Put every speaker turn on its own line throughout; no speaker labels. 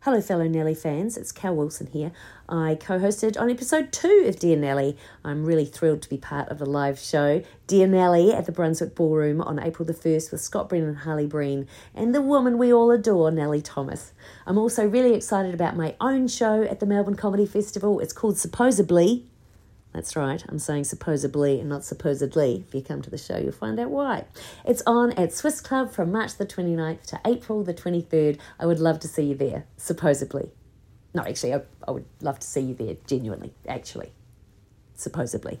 Hello, fellow Nelly fans. It's Cal Wilson here. I co hosted on episode two of Dear Nelly. I'm really thrilled to be part of the live show Dear Nelly at the Brunswick Ballroom on April the 1st with Scott Brennan and Harley Breen and the woman we all adore, Nellie Thomas. I'm also really excited about my own show at the Melbourne Comedy Festival. It's called Supposedly. That's right, I'm saying supposedly and not supposedly. If you come to the show, you'll find out why. It's on at Swiss Club from March the 29th to April the 23rd. I would love to see you there, supposedly. No, actually, I, I would love to see you there, genuinely, actually, supposedly.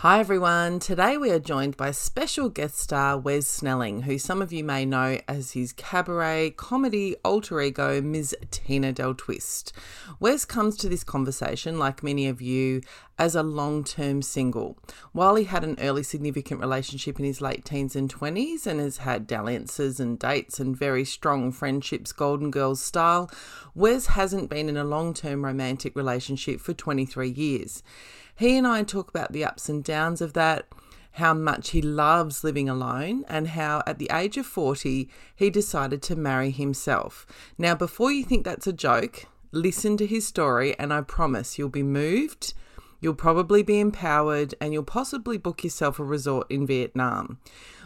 Hi everyone. Today we are joined by special guest star Wes Snelling, who some of you may know as his cabaret comedy alter ego Ms. Tina Del Twist. Wes comes to this conversation, like many of you, as a long-term single. While he had an early significant relationship in his late teens and 20s and has had dalliances and dates and very strong friendships Golden Girls style, Wes hasn't been in a long-term romantic relationship for 23 years. He and I talk about the ups and downs of that, how much he loves living alone, and how at the age of 40, he decided to marry himself. Now, before you think that's a joke, listen to his story, and I promise you'll be moved. You'll probably be empowered and you'll possibly book yourself a resort in Vietnam.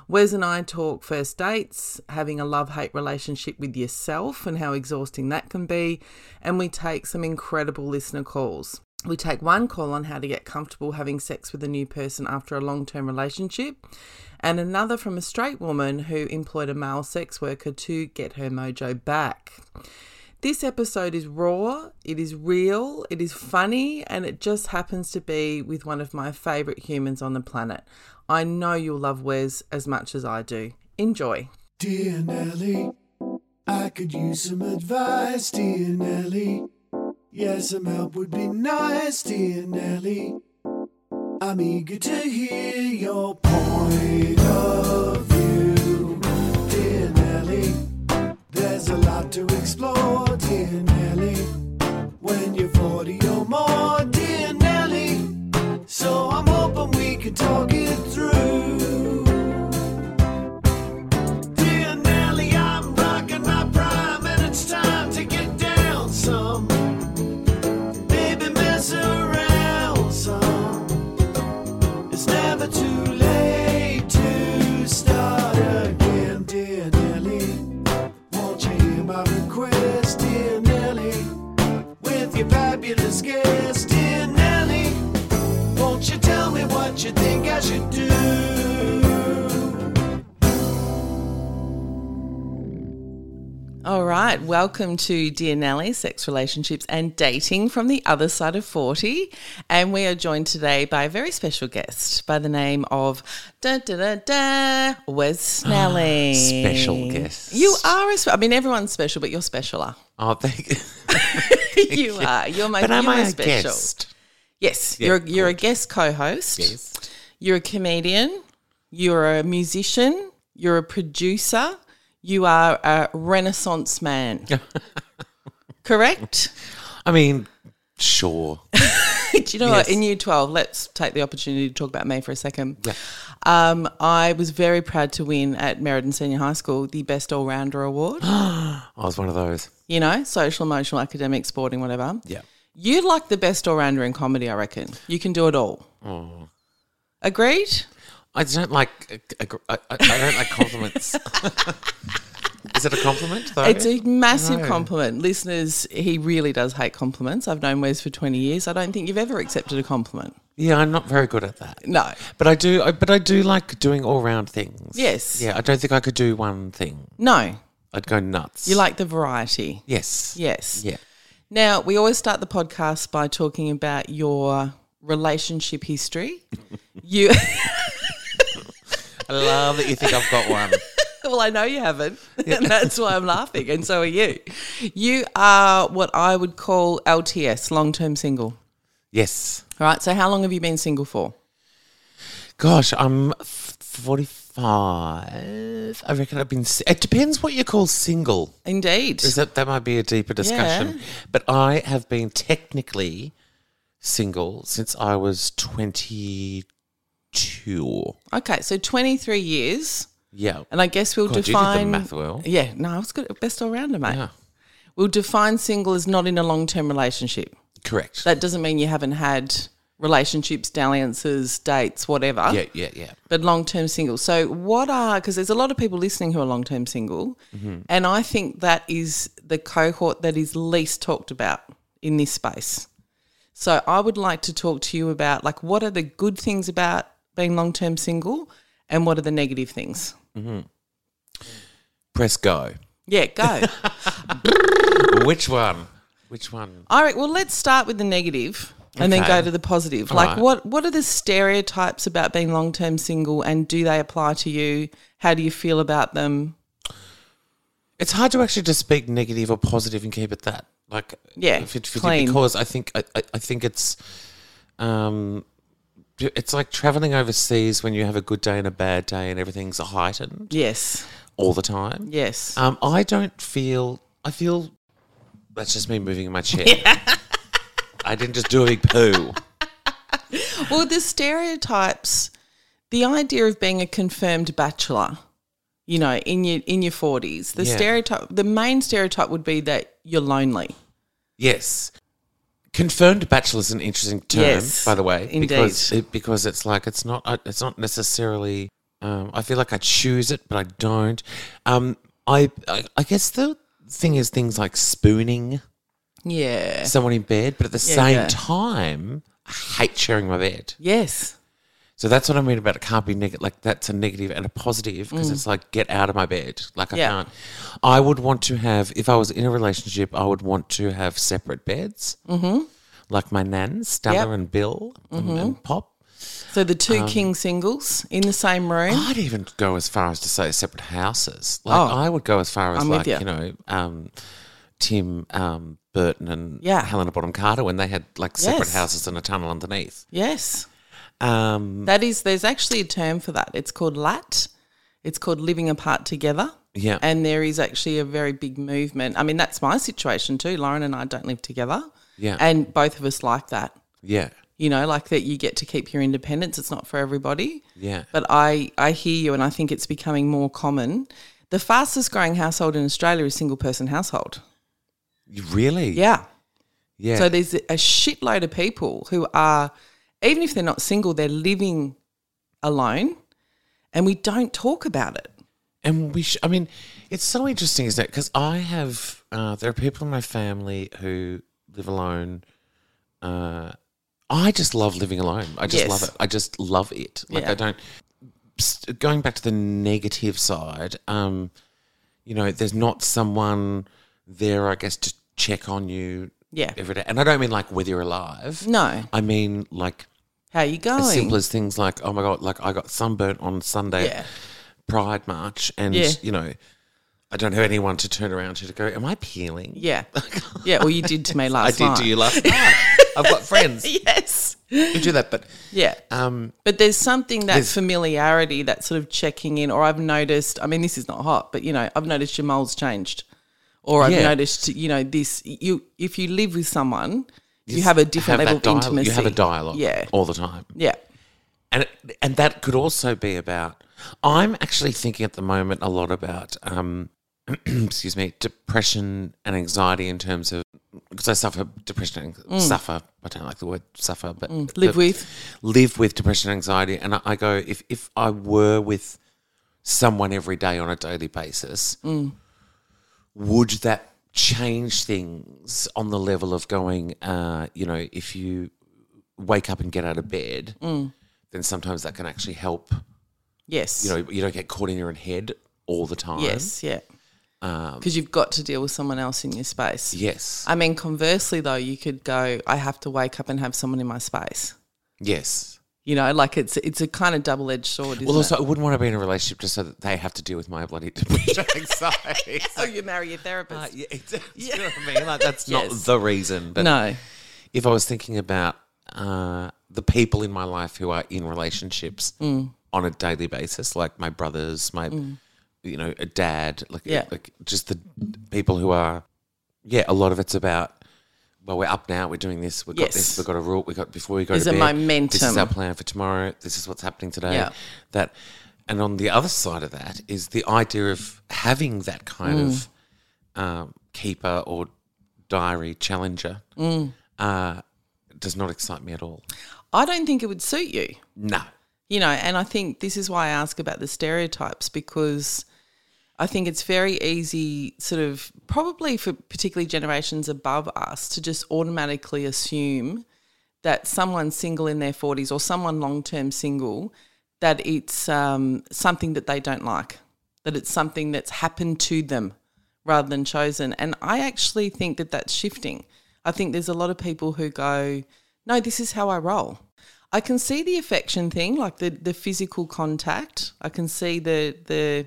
Wes and I talk first dates, having a love hate relationship with yourself and how exhausting that can be, and we take some incredible listener calls. We take one call on how to get comfortable having sex with a new person after a long term relationship, and another from a straight woman who employed a male sex worker to get her mojo back. This episode is raw, it is real, it is funny, and it just happens to be with one of my favourite humans on the planet. I know you'll love Wes as much as I do. Enjoy.
Dear Nelly, I could use some advice, dear Nelly. Yeah, some help would be nice, dear Nelly. I'm eager to hear your point of view, dear Nelly. There's a lot to explore, dear Nelly. When you're 40 or more, dear Nelly. So I'm hoping we can talk it through. Dear Nelly, I'm rocking my prime, and it's time to get down some. Baby, mess around some. It's never too late to start again, dear Nelly. Won't you hear my request, dear Nelly? With your fabulous guest, dear Nelly. Won't you tell me what you think I should do?
All right, welcome to Dear Nelly, Sex, Relationships and Dating from the Other Side of 40. And we are joined today by a very special guest by the name of da, da, da, da, Wes Snelling.
Ah, Special guest.
You are a spe- I mean, everyone's special, but you're specialer.
Oh, thank you.
you are. You're my,
But am
you're my
I a
special.
guest?
Yes,
Yeah,
you're, you're a guest co host.
Guest.
You're a comedian. You're a musician. You're a producer. You are a renaissance man. Correct?
I mean, sure.
Do you know what? In year 12, let's take the opportunity to talk about me for a second. Um, I was very proud to win at Meriden Senior High School the Best All Rounder Award.
I was one of those.
you know, social, emotional, academic, sporting, whatever.
Yeah.
You're like the best all rounder in comedy, I reckon. You can do it all.
Oh.
Agreed?
I just don't like. uh, I, I, I don't like compliments. Is it a compliment though?
It's a massive
No.
compliment. Listeners, he really does hate compliments. I've known Wes for 20 years. I don't think you've ever accepted a compliment.
yeah, I'm not very good at that.
No.
But I do. I, but I do like doing all round things.
Yes.
Yeah. I don't think I could do one thing.
No.
I'd go nuts.
You like the variety.
Yes.
Yes.
Yeah.
Now, we always start the podcast by talking about your relationship history. you
I love that you think I've got one.
well, I know you haven't, and that's why I'm laughing, and so are you. You are what I would call LTS, long term single.
Yes.
All right, so how long have you been single for?
Gosh, I'm f- 45. I reckon I've been. si- It depends what you call single.
Indeed.
Is that that might be a deeper discussion? But I have been technically single since I was 22.
Okay, so 23 years,
Yeah.
and I guess we'll
God, you did the
define.
math well.
Yeah, no, I was good, best all rounder, mate.
Yeah.
We'll define single as not in a long term relationship.
Correct.
That doesn't mean you haven't had relationships, dalliances, dates, whatever.
yeah, yeah, yeah.
but long term single. So, what are, because there's a lot of people listening who are long term single,
Mm-hmm.
and I think that is the cohort that is least talked about in this space. So, I would like to talk to you about like what are the good things about being long term single and what are the negative things?
Press go.
Yeah, go.
Which one? Which one?
All right, well, let's start with the negative and then
Okay.
go to the positive. like,
right.
what, what are the stereotypes about being long term single and do they apply to you? How do you feel about them?
It's hard to actually just speak negative or positive and keep it that. Like,
Yeah,
if it- if it-
clean.
because I think I, I- I think it's, um, it's like traveling overseas when you have a good day and a bad day and everything's heightened
Yes,
all the time.
yes.
Um, I don't feel. I feel. That's just me moving in my chair. I didn't just do a big poo.
Well, the stereotypes, the idea of being a confirmed bachelor, you know, in your in your forties, the
Yeah.
stereotype, the main stereotype would be that you're lonely.
Yes. Confirmed bachelor is an interesting term,
Yes,
by the way,
indeed.
because it, because it's like it's not I- it's not necessarily. Um, I feel like I choose it, but I don't. Um, I, I I guess the thing is things like spooning
Yeah.
someone in bed, but at the
Yeah,
same
yeah.
time, I hate sharing my bed.
Yes.
So that's what I mean about it can't be negative. Like that's a negative and a positive because it's like get out of my bed. Like I
Mm. Yeah.
can't. I would want to have if I was in a relationship, I would want to have separate beds. Mm-hmm. Like my nans, Stella
Yep. Mm-hmm.
and Bill and- and, Pop.
So the
Um,
two king singles in the same room.
I'd even go as far as to say separate houses. Like
Oh.
I would go as far as
I'm with
like
ya.
you. know um, Tim um, Burton and
Yeah.
Helena Bonham Carter when they had like separate
Yes.
houses and a tunnel underneath.
Yes.
Um,
That is there's actually a term for that. It's called lat. It's called living apart together.
yeah,
And there is actually a very big movement. I mean, that's my situation too. Lauren and I don't live together.
yeah,
And both of us like that.
yeah,
you know like that you get to keep your independence it's not for everybody
yeah.
but i i hear you and i think it's becoming more common the fastest growing household in australia is single person household
Really?
yeah.
Yeah.
so there's a shitload of people who are even if they're not single they're living alone and we don't talk about it
And we, sh- I mean, it's so interesting, isn't it? Because I have, uh, there are people in my family who live alone. Uh, I just love living alone. I just
Yes.
love it. I just love it. Like
Yeah.
I don't. Psst, Going back to the negative side, um, you know, there's not someone there, I guess, to check on you
yeah
every day. And I don't mean like whether you're alive.
no
I mean like
how you going
as simple as things like, oh my god, like I got sunburnt on Sunday
yeah
Pride March, and
Yeah.
you know, I don't have anyone to turn around to to go. Am I peeling?
yeah yeah well you did to me
I
last
did
night
do you last night. I've got friends
yes
who do that, but
yeah
um,
But there's something that
There's-
familiarity, that sort of checking in, or I've noticed. I mean, this is not hot, but you know, I've noticed your mole's changed, or I've
Yeah.
noticed, you know, this. You, if you live with someone, you have a different
have
level
that
of
dialogue.
intimacy.
You have a dialogue,
Yeah,
all the time,
yeah,
and it, and that could also be about. I'm actually thinking at the moment a lot about. Um, excuse me, depression and anxiety in terms of because I suffer depression, and suffer. I don't like the word suffer, but
Mm. live
the-
with.
live with depression and anxiety and I, I go if if I were with someone every day on a daily basis
Mm.
would that change things on the level of going uh you know if you wake up and get out of bed
Mm.
then sometimes that can actually help
Yes,
you know you don't get caught in your own head all the time
yes, yeah,
um,
because you've got to deal with someone else in your space.
yes
I mean, conversely, though, you could go. I have to wake up and have someone in my space.
yes
You know, like it's it's a kind of double edged sword. Isn't
Well, also,
it?
I wouldn't want to be in a relationship just so that they have to deal with my bloody depression anxiety.
oh, you marry your therapist.
Uh, yeah, it's- you know what I mean? Like, that's not
Yes.
the reason. But
no,
if I was thinking about uh, the people in my life who are in relationships
Mm.
on a daily basis, like my brothers, my, you know, a dad, like,
Yeah.
like just the people who are, yeah, a lot of it's about. Well, we're up now. We're doing this. We've got
Yes.
this. We've got a rule. We got before we go
There's
to
a
bed. This is
momentum.
our plan for tomorrow. This is what's happening today.
Yeah.
That, and on the other side of that is the idea of having that kind of
Mm.
um, keeper or diary challenger
Mm.
uh, does not excite me at all.
I don't think it would suit you.
No.
you know and i think this is why i ask about the stereotypes because i think it's very easy sort of probably for particularly generations above us to just automatically assume that someone single in their 40s or someone long-term single that it's um, something that they don't like that it's something that's happened to them rather than chosen and i actually think that that's shifting i think there's a lot of people who go no this is how i roll I can see the affection thing, like the the physical contact. I can see the the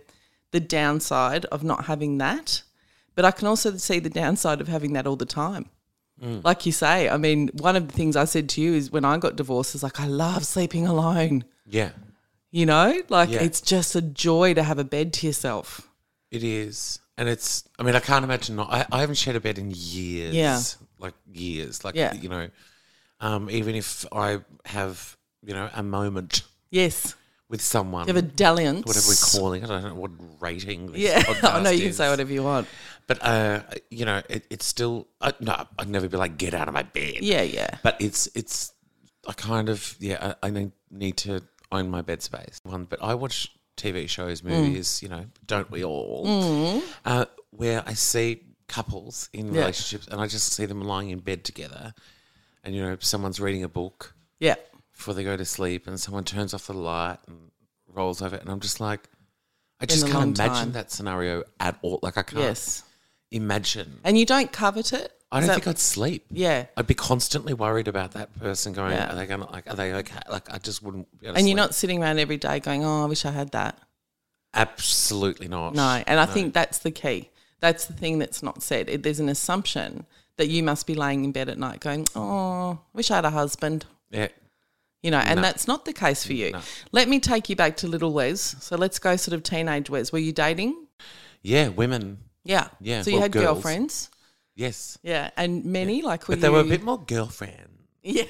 the downside of not having that, but I can also see the downside of having that all the time.
Mm.
Like you say, I mean, one of the things I said to you is when I got divorced, is like I love sleeping alone.
Yeah.
You know, like
Yeah.
it's just a joy to have a bed to yourself.
It is. And it's, I mean, I can't imagine not. I, I haven't shared a bed in years.
Yeah.
Like years. Like,
Yeah.
you know, um, even if I have, you know, a moment
Yes,
with someone,
you have a dalliance.
whatever we're calling it, I don't know what rating this
Yeah,
podcast
I know you can
is.
say whatever you want.
But, uh, you know, it, it's still, uh, no, I'd never be like, get out of my bed.
Yeah, yeah.
But it's it's I kind of yeah I, I need need to own my bed space. One, but I watch TV
Mm.
shows, movies, you know, don't we all? Uh, where I see couples in relationships, and I just see them lying in bed together, and you know, someone's reading a book
Yeah,
before they go to sleep, and someone turns off the light and rolls over, and I'm just like. I just
a
can't
long
imagine
time.
that scenario at all. Like I can't
yes.
imagine.
And you don't covet it.
I
Is
don't
that-
think I'd sleep.
Yeah.
I'd be constantly worried about that person going,
Yeah.
are they going to, like, are they okay? Like, I just wouldn't. Be able to
And you're
sleep.
not sitting around every day going, oh, I wish I had that.
Absolutely not.
No. And I think that's the key. That's the thing that's not said. It, there's an assumption that you must be laying in bed at night going, oh, wish I had a husband.
Yeah.
You know, and that's not the case for you. Let me take you back to little Wes. So let's go sort of teenage Wes. Were you dating?
Yeah, women.
Yeah.
Yeah,
So you
well,
had
girls.
girlfriends.
Yes.
Yeah. And many, like, were
But they were a
you-
bit more girlfriend.
Yeah.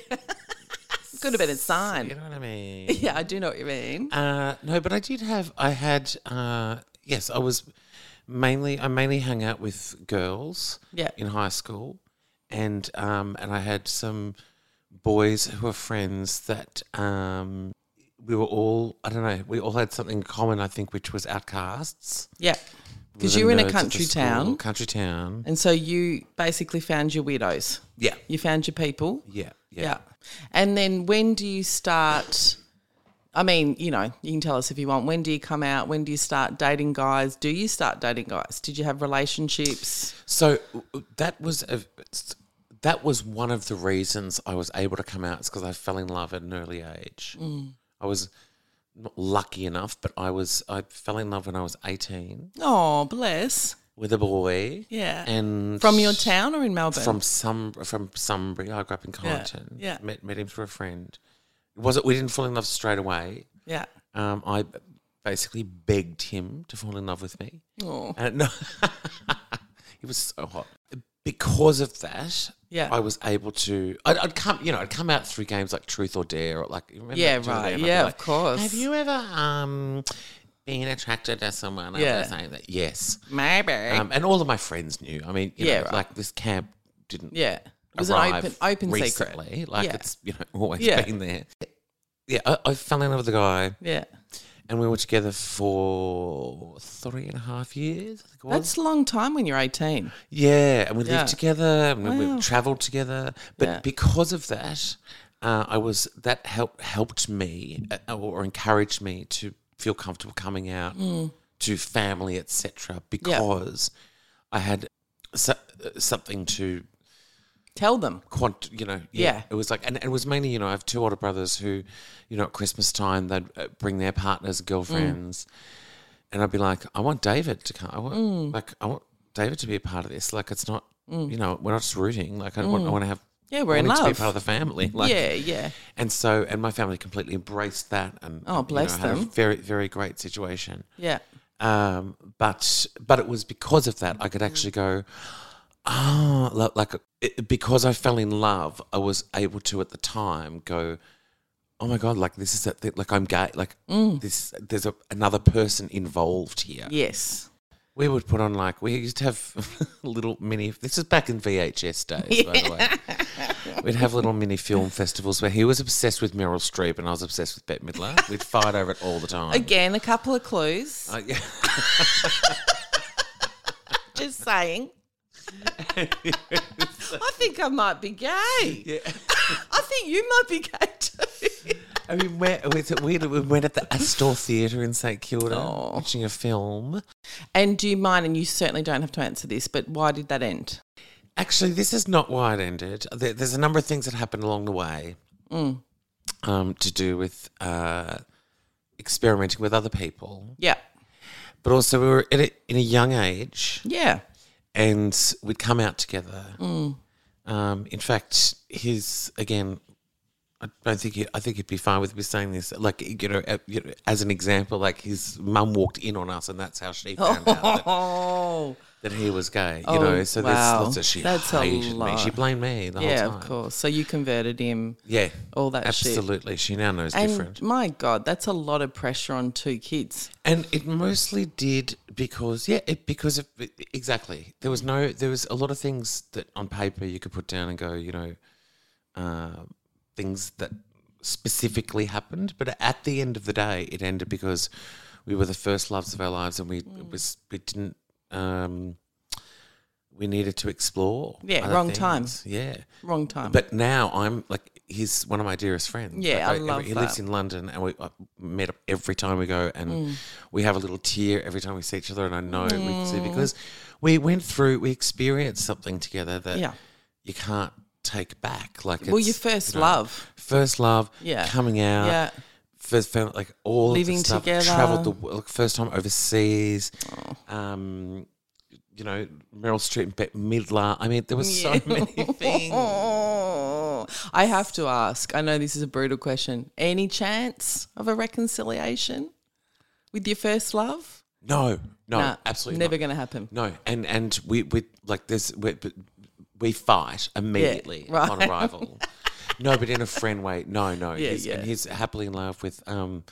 Could have been a sign.
You know what I mean?
Yeah, I do know what you mean.
Uh, no, but I did have. I had. Uh, yes, I was mainly. I mainly hung out with girls.
Yeah.
In high school, and um, and I had some boys who were friends that um, we were all. I don't know. We all had something in common. I think, which was outcasts.
Yeah.
We
Because
were
you were in a
nerds at the
country
school,
town.
Country town.
And so you basically found your widows.
Yeah.
You found your people.
Yeah.
Yeah. And then when do you start? I mean, you know, you can tell us if you want. When do you come out? When do you start dating guys? Do you start dating guys? Did you have relationships?
So w- w- that was a, that was one of the reasons I was able to come out. It's because I fell in love at an early age.
Mm.
I was not lucky enough, but I was I fell in love when I was eighteen
Oh, bless.
with a boy.
Yeah.
and
From your town or in Melbourne?
from some from Sunbury. I grew up in Kyneton.
yeah.
met met him through a friend. It was it? We didn't fall in love straight away.
Yeah.
Um, I b- basically begged him to fall in love with me.
Oh.
And no, he was so hot. Because of that,
Yeah.
I was able to. I'd, I'd come, you know, I'd come out through games like Truth or Dare, or like you remember
Yeah,
Truth or Dare?
right.
And I'd be
Yeah, of
like,
course.
Have you ever um been attracted to someone?
Yeah.
Yeah, saying that yes.
Maybe.
Um, and all of my friends knew. I mean, you
Yeah,
know,
right.
like this camp didn't
yeah. It was an
arrive
open open
recently.
secret.
Like
yeah.
it's you know always
Yeah.
been there. Yeah, I, I fell in love with a guy,
yeah.
and we were together for three and a half years. I think it was.
That's a long time when you're 18.
Yeah, and we
Yeah.
lived together, and we,
Wow.
we travelled together. But
Yeah.
because of that, uh, I was that helped helped me uh, or encouraged me to feel comfortable coming out
Hmm.
to family, etc. Because I had so, uh, something to
Tell them.
quant you know
Yeah.
it was like and, and it was mainly you know i have two older brothers who you know at christmas time they'd uh, bring their partners
Mm.
girlfriends and i'd be like i want david to come i want
Mm.
like i want david to be a part of this like it's not you know we're not just rooting like i want i want to have
Mm. Yeah, we're
I
in
want him to
love.
be part of the family like
yeah, yeah.
and so and my family completely embraced that and
Oh, bless
had a
them.
very very great situation
Yeah.
um, but but it was because of that I could actually go, ah, oh, like it, because I fell in love, I was able to at the time go, oh my god, like this is a thing, like I'm gay, like this there's a, another person involved here.
Yes.
We would put on like we used to have little mini. This is back in VHS days, by the way. We'd have little mini film festivals where he was obsessed with Meryl Streep and I was obsessed with Bette Midler. We'd fight over it all the time.
Again, a couple of clues.
Uh, yeah.
Just saying. I think I might be gay. I think you might be gay too.
I mean, we we, we went at the Astor Theatre in St Kilda watching a film.
And do you mind? And you certainly don't have to answer this, but why did that end?
Actually, this is not why it ended. There, there's a number of things that happened along the way um, to do with uh, experimenting with other people,
Yeah.
but also we were in a, in a young age
Yeah.
and we'd come out together.
Mm.
Um, in fact, his again. I don't think he, I think he'd be fine with me saying this. Like you know, uh, you know, as an example, like his mum walked in on us, and that's how she found out. that-
Oh.
that he was gay. You
Oh,
know, so
wow.
there's lots of she
That's a
hated me.
lot.
She blamed me the
Yeah,
whole time.
of course. So you converted him.
Yeah,
All that shit.
absolutely. She now knows
And
different,
my God, that's a lot of pressure on two kids.
and it mostly did because yeah, it, because of exactly there was no there was a lot of things that on paper you could put down and go you know, uh, things that specifically happened, but at the end of the day, it ended because we were the first loves of our lives, and we
Mm.
it was we didn't. Um, we needed to explore.
Yeah,
other
wrong time.
things. Yeah,
Wrong time.
But now I'm like he's one of my dearest friends.
Yeah,
Like,
I love
He lives
that. Mm.
in London, and we I met up every time we go, and we have a little tear every time we see each other. And I know we see because we went through, we experienced something together that
Yeah.
you can't take back. Like
well,
it's,
your first
you know, uh,
love.
first love,
Yeah.
coming out,
Yeah.
first family, like all of
Living
the stuff,
together. Oh.
traveled the world, like, first time overseas. Um, you know, Meryl Streep and Bette Midler. I mean, there were so many things.
Oh, I have to ask. I know this is a brutal question. Any chance of a reconciliation with your first love?
No, no,
Nah,
absolutely
never
not.
going to happen.
No, and and we we like this we we fight immediately
right.
on arrival. no, but in a friend way. No, no. he's,
yeah.
And he's happily in love with um.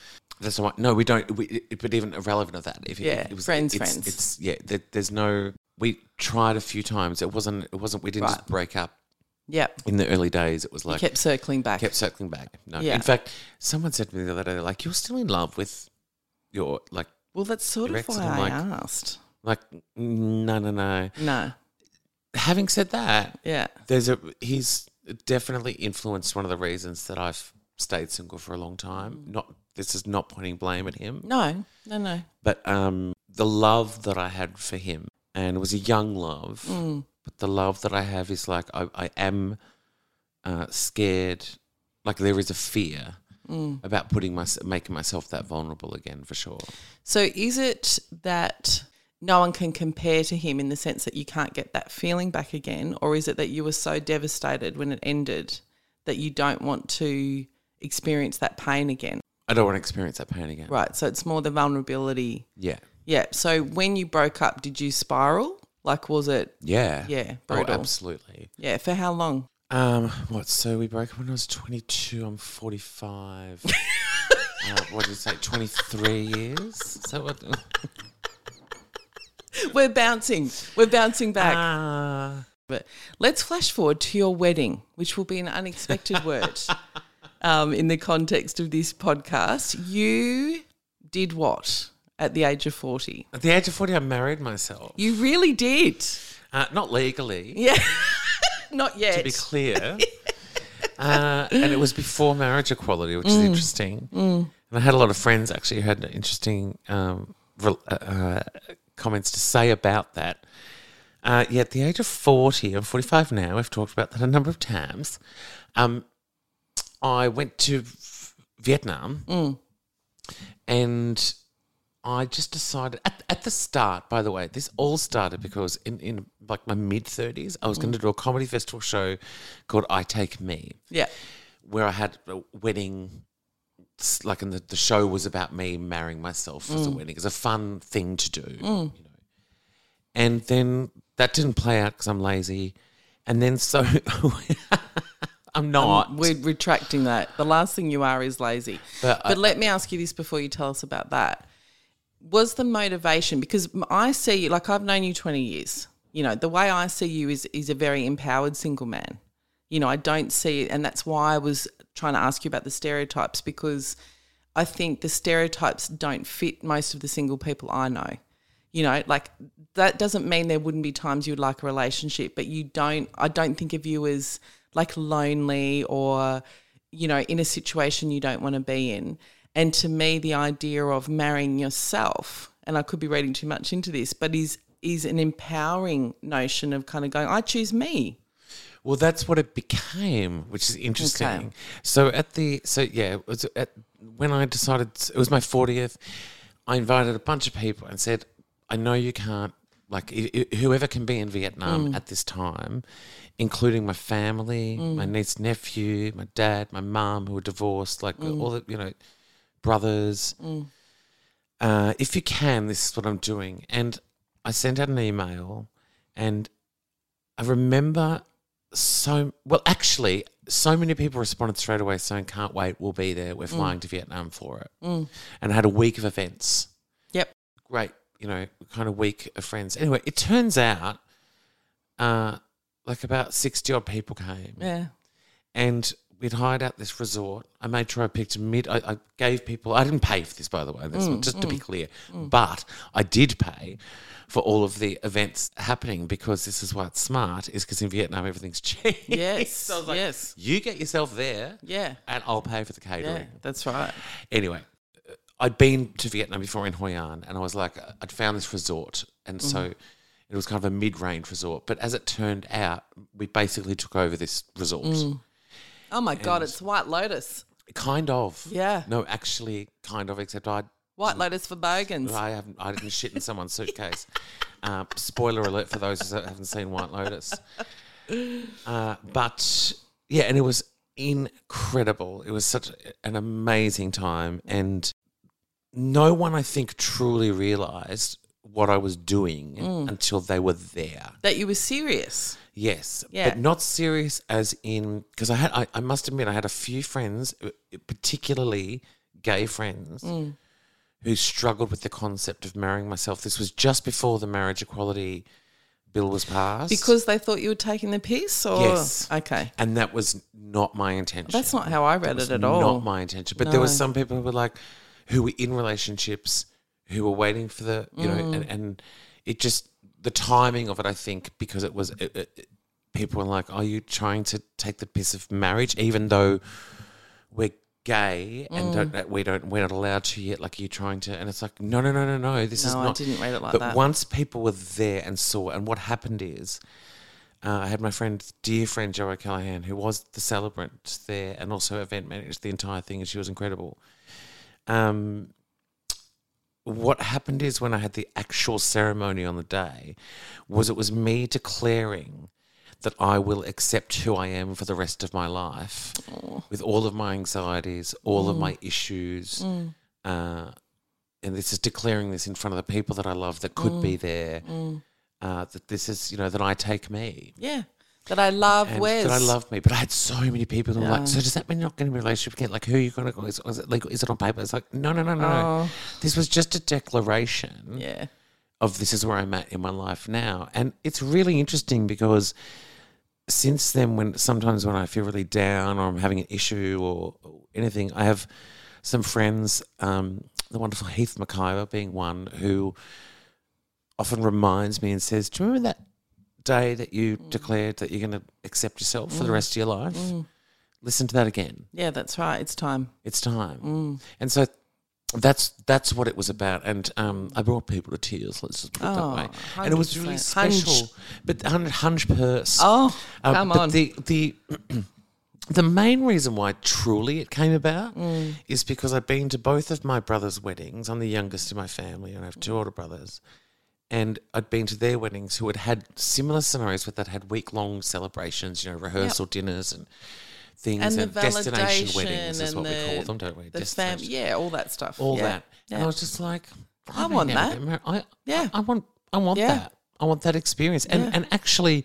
That's not. No, we don't. We, it- but even irrelevant of that. If it-
Yeah,
it was-
friends,
it's-
friends.
It's yeah. There, there's no. We tried a few times. It wasn't. It wasn't. We didn't just
Right.
break up
Yep.
in the early days. It was like
kept circling back.
kept circling back. No.
Yeah.
In fact, someone said to me the other day, they're like, "You're still in love with your like."
well, that's sort of
Erected,
why
I'm
I
like-
asked.
Like no no no.
No.
Having said that,
Yeah.
there's a he's definitely influenced one of the reasons that I've stayed single for a long time. Not this is not pointing blame at him,
Mm. No. No. No.
but um, the love that I had for him, and it was a young love,
Mm.
but the love that I have is like I, I am uh, scared, like there is a fear
Mm.
about putting my making myself that vulnerable again for sure.
So is it that no one can compare to him in the sense that you can't get that feeling back again, or is it that you were so devastated when it ended that you don't want to experience that pain again?
I don't want to experience that pain again.
Right. So it's more the vulnerability.
Yeah.
Yeah. So when you broke up, did you spiral? Like, was it?
Yeah.
Yeah,
Oh,
brutal.
absolutely.
Yeah. For how long?
Um, what? So we broke up when I was 22. I'm 45. uh, what did you say? 23 years? So what?
We're bouncing. We're bouncing back.
Ah.
But let's flash forward to your wedding, which will be an unexpected word um, in the context of this podcast. You did what at the age of 40?
at the age of 40, I married myself.
You really did.
Uh, not legally,
Yeah. Not yet.
to be clear. uh, and it was before marriage equality, which is interesting. And I had a lot of friends actually who had interesting um, re- uh, uh, comments to say about that. Uh, yeah, at the age of 40, I'm 45 now. I've talked about that a number of times. Um, I went to v- Vietnam and I just decided at, at the start, by the way, this all started because in, in like my mid 30s, I was going to do a comedy festival show called I Take Me
Yeah.
where I had a wedding, s- like, and the, the show was about me marrying myself as a wedding. It's a fun thing to do, you know. And then that didn't play out because I'm lazy, and then so I'm not.
We're retracting that. The last thing you are is lazy.
But
But,
I-
let me ask you this before you tell us about that. Was the motivation because m- I see you like I've known you 20 years. You know, the way I see you is is a very empowered single man. You know, I don't see and that's why I was trying to ask you about the stereotypes because I think the stereotypes don't fit most of the single people I know. You know, like that doesn't mean there wouldn't be times you'd like a relationship, but you don't, I don't think of you as like lonely or, you know, in a situation you don't want to be in. And to me, the idea of marrying yourself, and I could be reading too much into this, but is, is an empowering notion of kind of going, I choose me.
Well, that's what it became, which is interesting. So at the so yeah, it was at, when I decided it was my fortieth, I invited a bunch of people and said, "I know you can't." Like i- i- whoever can be in Vietnam at this time, including my family, my niece, nephew, my dad, my mum who are divorced, like all the you know, brothers. Uh, if you can, this is what I'm doing. And I sent out an email, and I remember so well actually so many people responded straight away saying can't wait we'll be there
Mm.
we're flying to vietnam for it and I had a week of events
Yep.
great you know kind of week of friends anyway it turns out uh like about 60 odd people came
Yeah.
and we'd hired out this resort i made sure i picked a mid i, I gave people i didn't pay for this by the way this
Mm,
one, just to be clear but i did pay for all of the events happening because this is why it's smart is because in vietnam everything's cheap
Yes.
So I was like,
yes.
you get yourself there
Yeah.
and I'll pay for the catering.
Yeah. That's right.
Anyway, uh, I'd been to Vietnam before in Hoi An and I was like, uh, I'd found this resort. And so
Mm-hmm.
it was kind of a mid range resort. But as it turned out, we basically took over this resort.
Oh my God, it's White Lotus.
Kind of.
Yeah.
No, actually, kind of, except I.
White Lotus for Bogans.
I haven't. I didn't shit in someone's suitcase. Uh, spoiler alert for those that haven't seen White Lotus. Uh, but yeah, and it was incredible. It was such an amazing time, and no one I think truly realized what I was doing until they were there.
That you were serious.
Yes,
Yeah.
but not serious as in because I had I, I must admit I had a few friends, uh, particularly gay friends,
Mm.
who struggled with the concept of marrying myself. This was just before the marriage equality bill was passed.
Because they thought you were taking the piss, or
Yes.
okay,
and that was not my intention.
that's not how I read it at all.
Not my intention. But there were some people who were like, who were in relationships, who were waiting for the, you know,
Mm.
and, and it just, the timing of it, I think, because it was, it, it, people were like, are you trying to take the piss of marriage, even though we're gay and
Mm.
don't, that we don't, we're not allowed to yet? Like, are you trying to? And it's like, no, no, no, no, no. This is
No, I
not.
didn't read it like
but
that.
once people were there and saw, and what happened is, uh, I had my friend, dear friend Joe O'Callaghan, who was the celebrant there and also event managed the entire thing, and she was incredible. Um, what happened is when I had the actual ceremony on the day, was it was me declaring that I will accept who I am for the rest of my life, with all of my anxieties, all
Mm.
of my issues. Uh, and this is declaring this in front of the people that I love that could be
Mm.
there. Uh, that this is, you know, that I take me.
yeah, that I love.
And
Wes.
that I love me, but I had so many people who were like, "So does that mean you're not going to be in a relationship again? Like, who are you going to go? Is, is it legal? Is it on paper?" It's like, no, no, no, no. no. This was just a declaration
Oh. Yeah,
of this is where I'm at in my life now. And it's really interesting because since then, when sometimes when I feel really down or I'm having an issue or or anything, I have some friends, um, the wonderful Heath McIver being one, who often reminds me and says, Do you remember that day that you declared that you're going to accept yourself for the rest of your life? Listen to that again
yeah, that's right. It's time.
it's time. And so that's that's what it was about, and um, I brought people to tears. Let's just put it
Oh,
that way. And it was really
100%.
special, but hun- hunch purse.
Oh,
Um,
come
but
on.
The the the main reason why truly it came about
Mm.
is because I've been to both of my brothers' weddings. I'm the youngest in my family, and I have two older brothers. And I'd been to their weddings who had had similar scenarios where they'd had week long celebrations, you know, rehearsal dinners and things
and
and,
the validation
destination weddings is
and
what
the,
we call them, don't we?
The fam-
Destination
yeah, all that stuff.
all
yeah.
that. And
Yeah.
I was just like,
I
don't
want
know,
that.
Mar- I,
Yeah.
yeah. I, want I want
Yeah.
that. I want that experience. And
Yeah.
and actually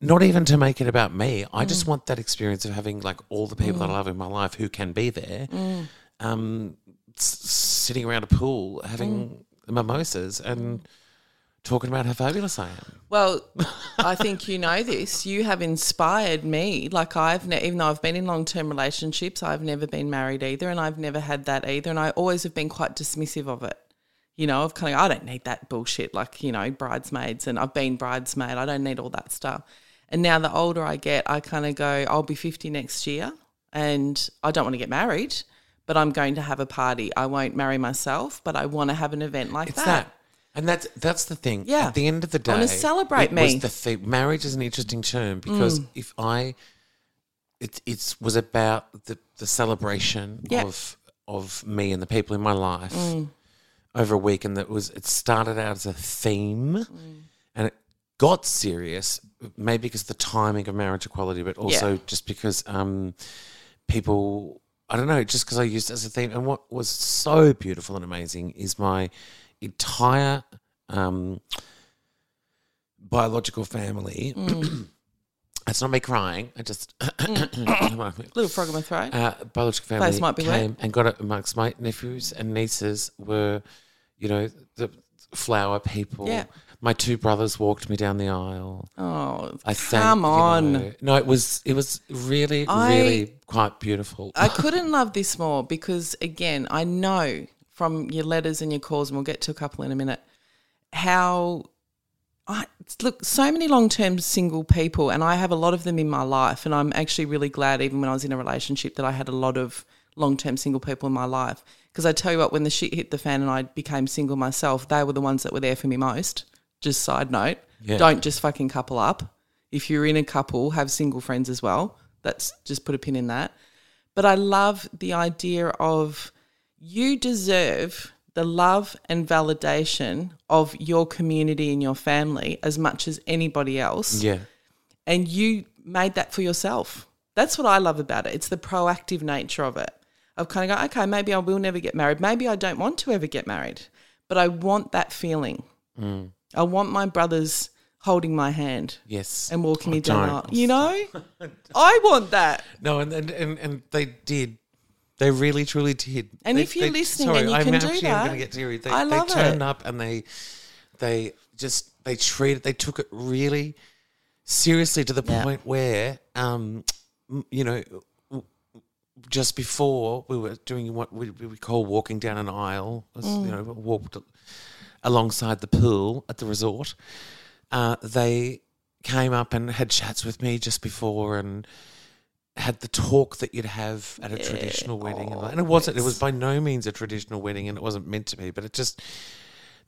not even to make it about me. I just want that experience of having like all the people that I love in my life who can be there. Um s- sitting around a pool having mimosas and talking about how fabulous I am.
Well, I think you know this. You have inspired me. Like I've, ne- even though I've been in long-term relationships, I've never been married either, and I've never had that either, and I always have been quite dismissive of it. You know, I've kind of, I don't need that bullshit. Like you know, bridesmaids, and I've been bridesmaid. I don't need all that stuff. And now the older I get, I kind of go, I'll be fifty next year, and I don't want to get married, but I'm going to have a party. I won't marry myself, but I want to have an event like
It's that. And that's that's the thing.
Yeah.
At the end of the day,
I wanna celebrate
it
me. Mm.
Was the thing. Marriage is an interesting term because if I, it it's was about the the celebration
Yeah. Mm.
of of me and the people in my life over a week, and that was it started out as a theme, and it got serious maybe because of the timing of marriage equality, but also just because um people I don't know, just because I used it as a theme. And what was so beautiful and amazing is my entire um, biological family. That's not me crying. I just
Little frog in my throat.
uh, biological family
Place might be
came and got it amongst my nephews and nieces were, you know, the flower people.
Yeah.
My two brothers walked me down the aisle.
Oh,
I thank,
come
you
on.
know- no, it was it was really
I-
really quite beautiful.
I couldn't love this more because, again, I know from your letters and your calls, and we'll get to a couple in a minute, how I look so many long term single people, and I have a lot of them in my life. And I'm actually really glad, even when I was in a relationship, that I had a lot of long term single people in my life. Because I tell you what, when the shit hit the fan and I became single myself, they were the ones that were there for me most. Just side note,
Yeah.
don't just fucking couple up. If you're in a couple, have single friends as well. That's just put a pin in that. But I love the idea of you deserve the love and validation of your community and your family as much as anybody else.
yeah.
And you made that for yourself. That's what I love about it. It's the proactive nature of it. I've kind of go, okay, maybe I will never get married. Maybe I don't want to ever get married, but I want that feeling.
Mm.
I want my brothers holding my hand
Yes.
and walking
I
me down the
don't.
aisle. You know, I want that.
No, and and, and and they did. They really, truly did.
And
They-
if you're
they-
listening and you
I'm
can do
actually,
that,
I'm going to get teary. They,
I love
they turned
it.
up and they, they just they treated. They took it really seriously to the point where, um, m- you know, w- just before we were doing what we, we call walking down an aisle. as,
Mm.
You know, walked alongside the pool at the resort. Uh, they came up and had chats with me just before and had the talk that you'd have
Eh,
at a traditional wedding. And-
oh,
and it wasn't, it was by no means a traditional wedding and it wasn't meant to be, but it just,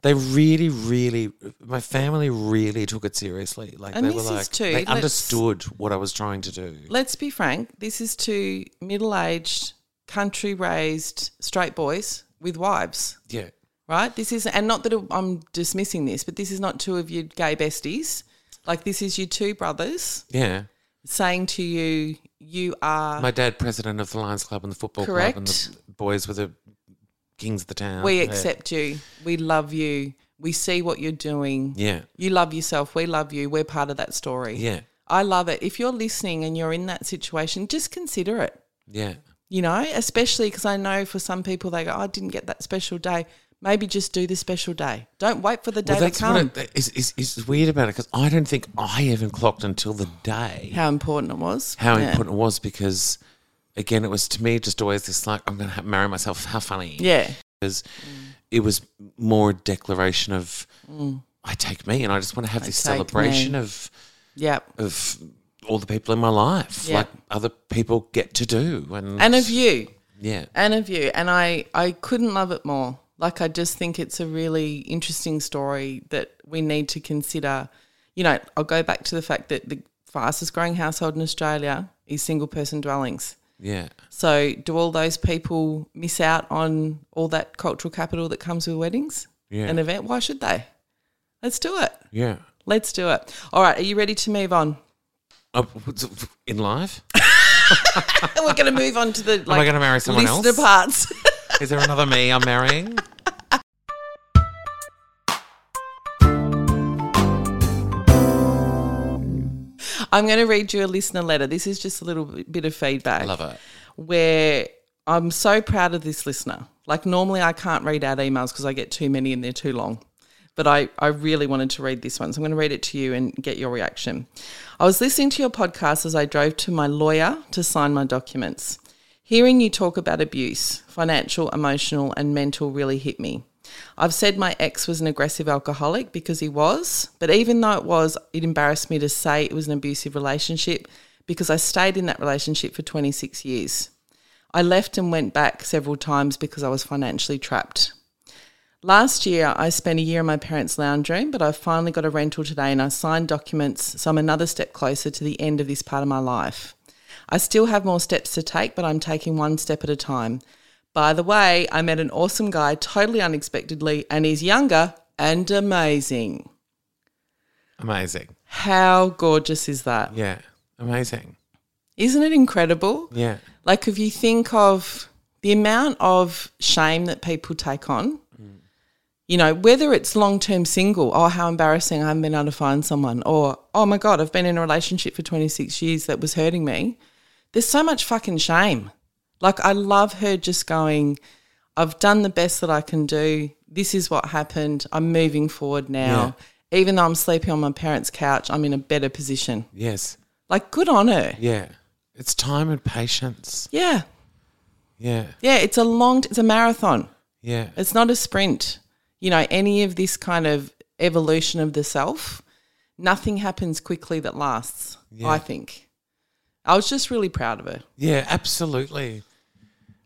they really, really, my family really took it seriously. Like
And
they
this
were
is
like,
too,
they
let's-
understood what I was trying to do.
Let's be frank. This is two middle-aged, country-raised straight boys with wives,
Yeah.
right? This is, and not that I'm dismissing this, but this is not two of your gay besties. Like this is your two brothers
Yeah.
saying to you, "You are
My dad, president of the Lions Club and the football club, and the
Uh, Correct.
boys were the kings of the town.
we
Yeah.
accept you. We love you. We see what you're doing.
Yeah.
You love yourself. We love you. We're part of that story.
Yeah.
I love it. If you're listening and you're in that situation, just consider it.
Yeah.
You know, especially because I know for some people they go, "Oh, I didn't get that special day. Maybe just do the special day. Don't wait for the day
Well,
to
that's
come.
what it, it's, it's, it's weird about it because I don't think I even clocked until the day
how important it was.
how
Yeah.
important it was because, again, it was to me just always this like, I'm going to marry myself. How funny.
Yeah.
Because it was more a declaration of, I take me and I just want to have this
Mm. take me.
celebration of,
Yeah.
of all the people in my life,
Yeah.
like other people get to do. And,
And of you.
Yeah.
and of you and i i couldn't love it more like i just think it's a really interesting story that we need to consider you know i'll go back to the fact that the fastest growing household in australia is single person dwellings
Yeah.
so do all those people miss out on all that cultural capital that comes with weddings
Yeah.
an event why should they let's do it
Yeah.
let's do it all right are you ready to move on
Oh, what's- in life?
and we're going to move on to the like
I gonna marry someone else?
listener parts
Is there another me I'm marrying?
I'm going to read you a listener letter. This is just a little bit of feedback.
I love it.
Where I'm so proud of this listener. Like, normally I can't read out emails because I get too many and they're too long. But I, I really wanted to read this one. So I'm going to read it to you and get your reaction. I was listening to your podcast as I drove to my lawyer to sign my documents. Hearing you talk about abuse, financial, emotional, and mental really hit me. I've said my ex was an aggressive alcoholic because he was, but even though it was, it embarrassed me to say it was an abusive relationship because I stayed in that relationship for 26 years. I left and went back several times because I was financially trapped. Last year, I spent a year in my parents' lounge room, but I finally got a rental today and I signed documents, so I'm another step closer to the end of this part of my life. I still have more steps to take, but I'm taking one step at a time. By the way, I met an awesome guy totally unexpectedly, and he's younger and amazing.
Amazing.
How gorgeous is that?
Yeah. Amazing.
Isn't it incredible?
Yeah.
Like, if you think of the amount of shame that people take on, you know, whether it's long term single, oh, how embarrassing, I haven't been able to find someone, or oh my God, I've been in a relationship for 26 years that was hurting me. There's so much fucking shame. Like, I love her just going, I've done the best that I can do. This is what happened. I'm moving forward now. Even though I'm sleeping on my parents' couch, I'm in a better position.
Yes.
Like, good on her.
Yeah. It's time and patience.
Yeah.
Yeah.
Yeah, it's a long, it's a marathon.
Yeah.
It's not a sprint. You know, any of this kind of evolution of the self, nothing happens quickly that lasts, I think. I was just really proud of her.
Yeah, absolutely.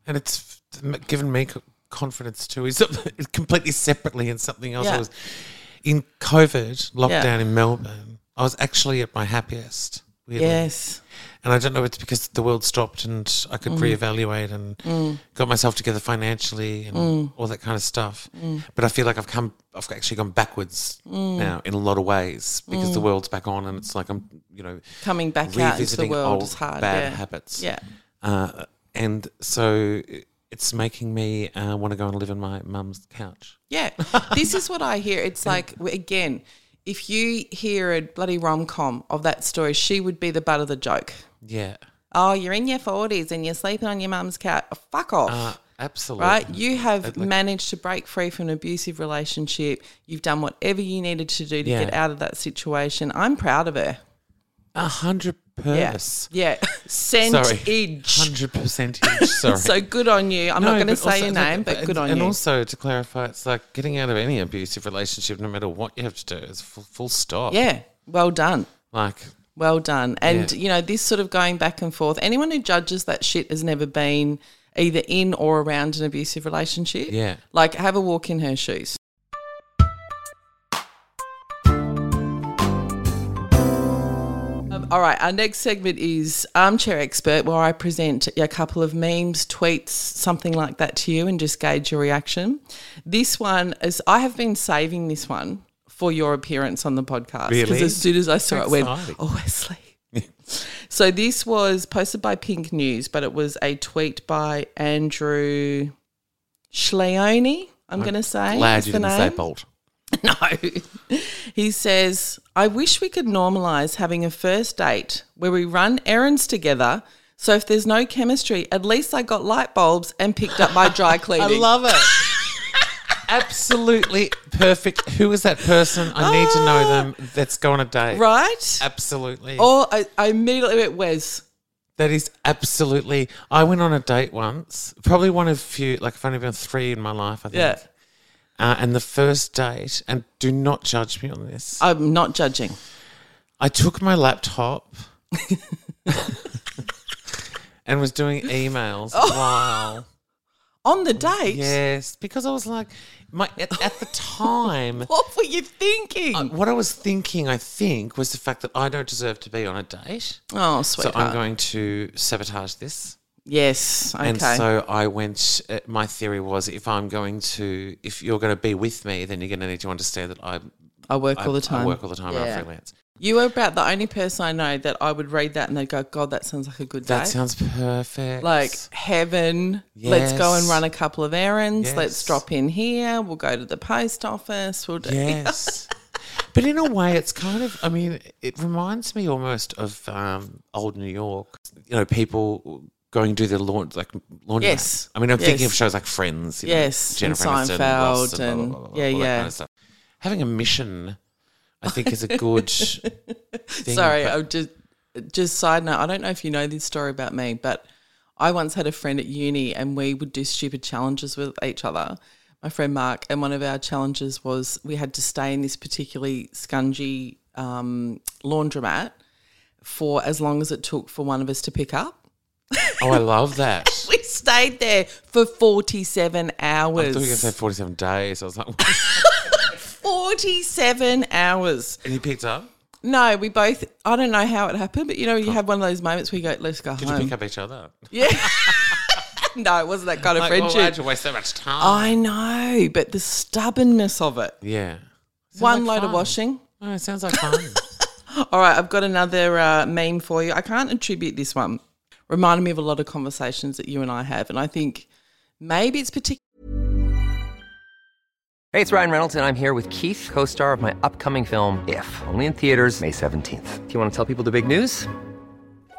And it's m- given me c- confidence too. Is completely separately in something else.
Yeah.
I was in COVID
Yeah.
lockdown in Melbourne. I was actually at my happiest. Weirdly.
Yes.
And I don't know if it's because the world stopped and I could
Mm.
reevaluate and got myself together financially and
Mm.
all that kind of stuff. But I feel like I've come, I've actually gone backwards
Mm.
now in a lot of ways because the world's back on and it's like I'm, you know,
Coming Mm. back out into the
Revisiting
world
old
is hard.
bad
yeah.
habits.
Yeah.
Uh, and so i- it's making me uh, want to go and live in my mum's couch.
Yeah. this is what I hear. It's like, w- again, if you hear a bloody rom com of that story, she would be the butt of the joke.
Yeah.
Oh, you're in your 40s and you're sleeping on your mum's couch. Fuck off.
Uh, absolutely.
right? You have managed to break free from an abusive relationship. You've done whatever you needed to do to
Yeah.
get out of that situation. I'm proud of her.
A hundred
Yes.
percent.
Yeah. Centage.
Hundred percentage. Sorry.
So good on you. I'm not going to
but
say your
also-
name, but
and-
good on
And
you.
also to clarify, it's like getting out of any abusive relationship, no matter what you have to do, is full, full stop.
yeah. Well done.
Like,
Well done. And,
Yeah.
you know, this sort of going back and forth, anyone who judges that shit has never been either in or around an abusive relationship.
Yeah.
Like, have a walk in her shoes. Um, all right, our next segment is Armchair Expert, where I present a couple of memes, tweets, something like that to you and just gauge your reaction. This one is, I have been saving this one for your appearance on the podcast. Because
Really?
as soon as I saw it, I went,
Exciting.
oh, Wesley. so this was posted by Pink News, but it was a tweet by Andrew Schleone, I'm, going to say.
glad
is
you
the
didn't say
name.
bolt.
No. he says, I wish we could normalize having a first date where we run errands together. So if there's no chemistry, at least I got light bulbs and picked up my dry cleaning.
I love it. Absolutely perfect. Who is that person? I need to know them. Let's go on a date.
Right? Oh.
Absolutely.
Or I, I immediately went, Wes,
That is absolutely. I went on a date once, probably one of few, like I've only been on three in my life, I think.
Yeah.
Uh, and the first date, and do not judge me on this.
I'm not judging.
I took my laptop and was doing emails
Oh,
while.
On the date?
Yes, because I was like, my at, at the time,
What were you thinking?
what I was thinking, I think, was the fact that I don't deserve to be on a date.
oh,
So
sweetheart.
I'm going to sabotage this.
yes. Okay.
And so I went. Uh, my theory was, if I'm going to, if you're going to be with me, then you're going to need to understand that I,
I work
I,
all the
I
time.
work all the time. and
Yeah.
I'm freelance.
You were about the only person I know that I would read that and they'd go, God, that sounds like a good
That
date.
sounds perfect.
like heaven. Let's go and
Yes.
run a couple of errands. Let's
Yes.
drop in here. We'll go to the post office. We'll do.
yes. But in a way, it's kind of. I mean, it reminds me almost of um, old New York. You know, people going to do their laundry, like laundry.
Yes.
I mean, I'm thinking
Yes.
of shows like Friends. You know,
Yes, and
Jennifer Aniston,
Seinfeld
Ross, and, blah,
and-
blah, blah, blah,
yeah,
all that
yeah.
kind of stuff. Having a mission, I think, is a good. thing,
Sorry,
but-
I just just side note. I don't know if you know this story about me, but I once had a friend at uni, and we would do stupid challenges with each other. My friend Mark, and one of our challenges was we had to stay in this particularly scungy um, laundromat for as long as it took for one of us to pick up.
Oh, I love that.
We stayed there for forty-seven
I
hours.
thought you were going to say 47 days. I was like,
forty-seven hours.
and he picked up?
No, we both. I don't know how it happened, but you know, you have one of those moments where you go, "Let's go
Did you
home."
pick up each other?
Yeah. no, it wasn't that kind of
Like, well,
friendship.
why'd you waste so much time?
I know, but the stubbornness of it.
yeah. Sounds
One
like
load of
fun.
washing.
Oh, it sounds like fun.
All right, I've got another uh, meme for you. I can't attribute this one. Reminded me of a lot of conversations that you and I have, and I think maybe it's particular.
Hey, it's Ryan Reynolds, and I'm here with Keith, co star of my upcoming film, If, only in theaters, May 17th. Do you want to tell people the big news?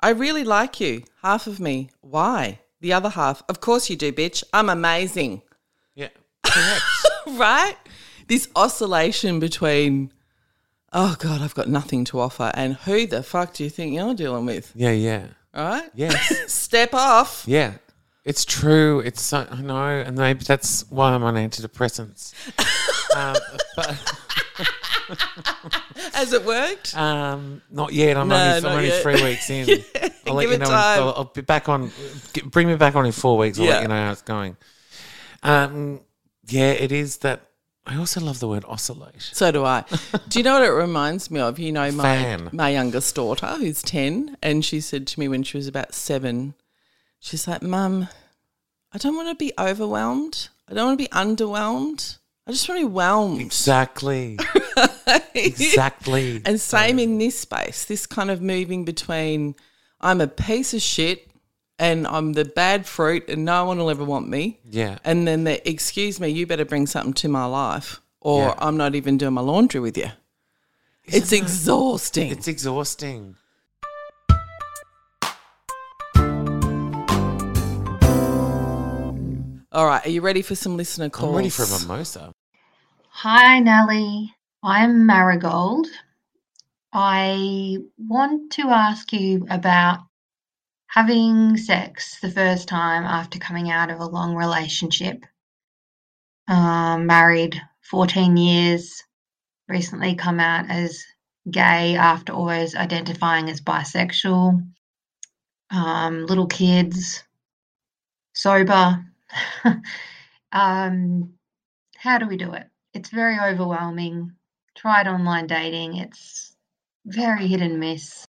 I really like you. Half of me, why? The other half, of course you do, bitch. I'm amazing.
yeah. Correct.
right? This oscillation between, oh God, I've got nothing to offer, and who the fuck do you think you're dealing with?
Yeah, yeah.
Right?
Yes.
Step off.
Yeah. It's true. It's so, I know. And maybe that's why I'm on antidepressants. um, but
Has it worked?
um, not yet. I'm
No,
only,
not
I'm only
yet.
three weeks in. I'll let
give
you
it
know. in-
time.
I'll, I'll be back on. g bring me back on in four weeks. I'll
Yeah.
let you know how it's going. Um, yeah, it is that. I also love the word oscillate.
So do I. Do you know what it reminds me of? You know, my
Fan.
my youngest daughter, who's ten, and she said to me when she was about seven, she's like, "Mum, I don't want to be overwhelmed. I don't want to be underwhelmed. I just want to be whelmed."
Exactly. exactly.
And same in this space, this kind of moving between I'm a piece of shit and I'm the bad fruit and no one will ever want me.
Yeah.
And then the excuse me, you better bring something to my life or
Yeah.
I'm not even doing my laundry with you. it's exhausting.
It's exhausting.
All right, are you ready for some listener calls?
I'm ready for a mimosa.
Hi, Nellie. I'm Marigold. I want to ask you about having sex the first time after coming out of a long relationship. Um, married 14 years, recently come out as gay after always identifying as bisexual. Um, little kids, sober. Um, how do we do it? It's very overwhelming. Tried online dating, it's very hit and miss.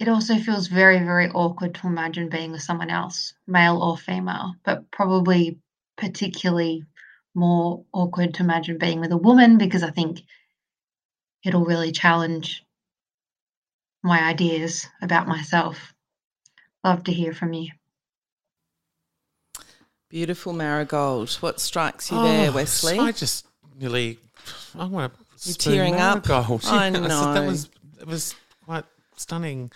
It also feels very, very awkward to imagine being with someone else, male or female, but probably particularly more awkward to imagine being with a woman because I think it'll really challenge my ideas about myself. Love to hear from you.
Beautiful marigold. What strikes you there,
Oh,
Wesley?
I just nearly. I want to.
tearing up. I
I know. that
know.
was it was quite stunning.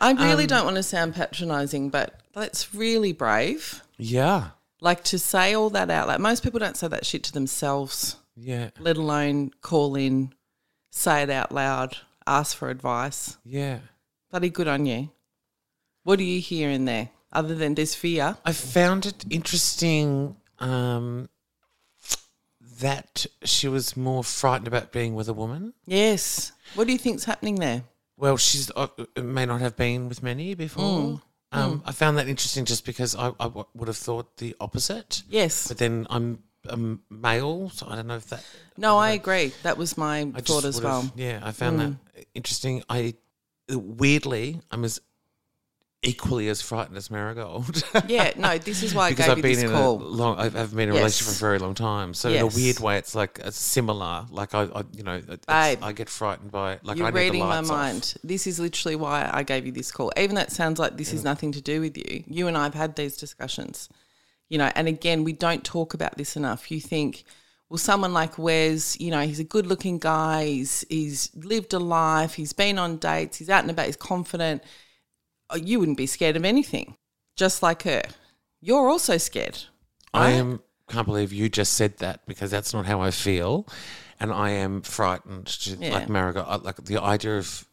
I really
um,
don't want to sound patronizing, but that's really brave.
Yeah.
Like to say all that out. Like most people don't say that shit to themselves,
Yeah.
let alone call in, say it out loud, ask for advice.
Yeah.
Bloody good on you. What do you hear in there other than there's fear?
I found it interesting um, that she was more frightened about being with a woman.
Yes. What do you think's happening there?
Well, she's uh, uh, may not have been with many before.
Mm.
Um, I found that interesting just because I, I w- would have thought the opposite.
Yes.
But then I'm um, male, so I don't know if that.
No, I agree. That was my
I just
thought as
would have-
well. Mm.
Yeah, I found that interesting. I weirdly, I'm as equally as frightened as Marigold.
Yeah, no, this is why I
because
gave
I've
you
been
this
in
call.
a long. I've, I've been in a
Yes.
relationship for a very long time, so in a
Yes.
weird way, it's like a similar. Like I, I you know, it- it's-
Babe,
I get frightened by like
You're
I need
reading
the
my
lights off.
mind. This is literally why I gave you this call. Even though it sounds like
Mm.
this has nothing to do with you, you and I have had these discussions. You know, and again, we don't talk about this enough. You think, well, someone like Wes, you know, he's a good looking guy, he's, he's lived a life, he's been on dates, he's out and about, he's confident. Oh, You wouldn't be scared of anything, just like her. You're also scared.
I am can't believe you just said that because that's not how I feel, and I am frightened. To,
Yeah.
Like Marigold, I- like the idea of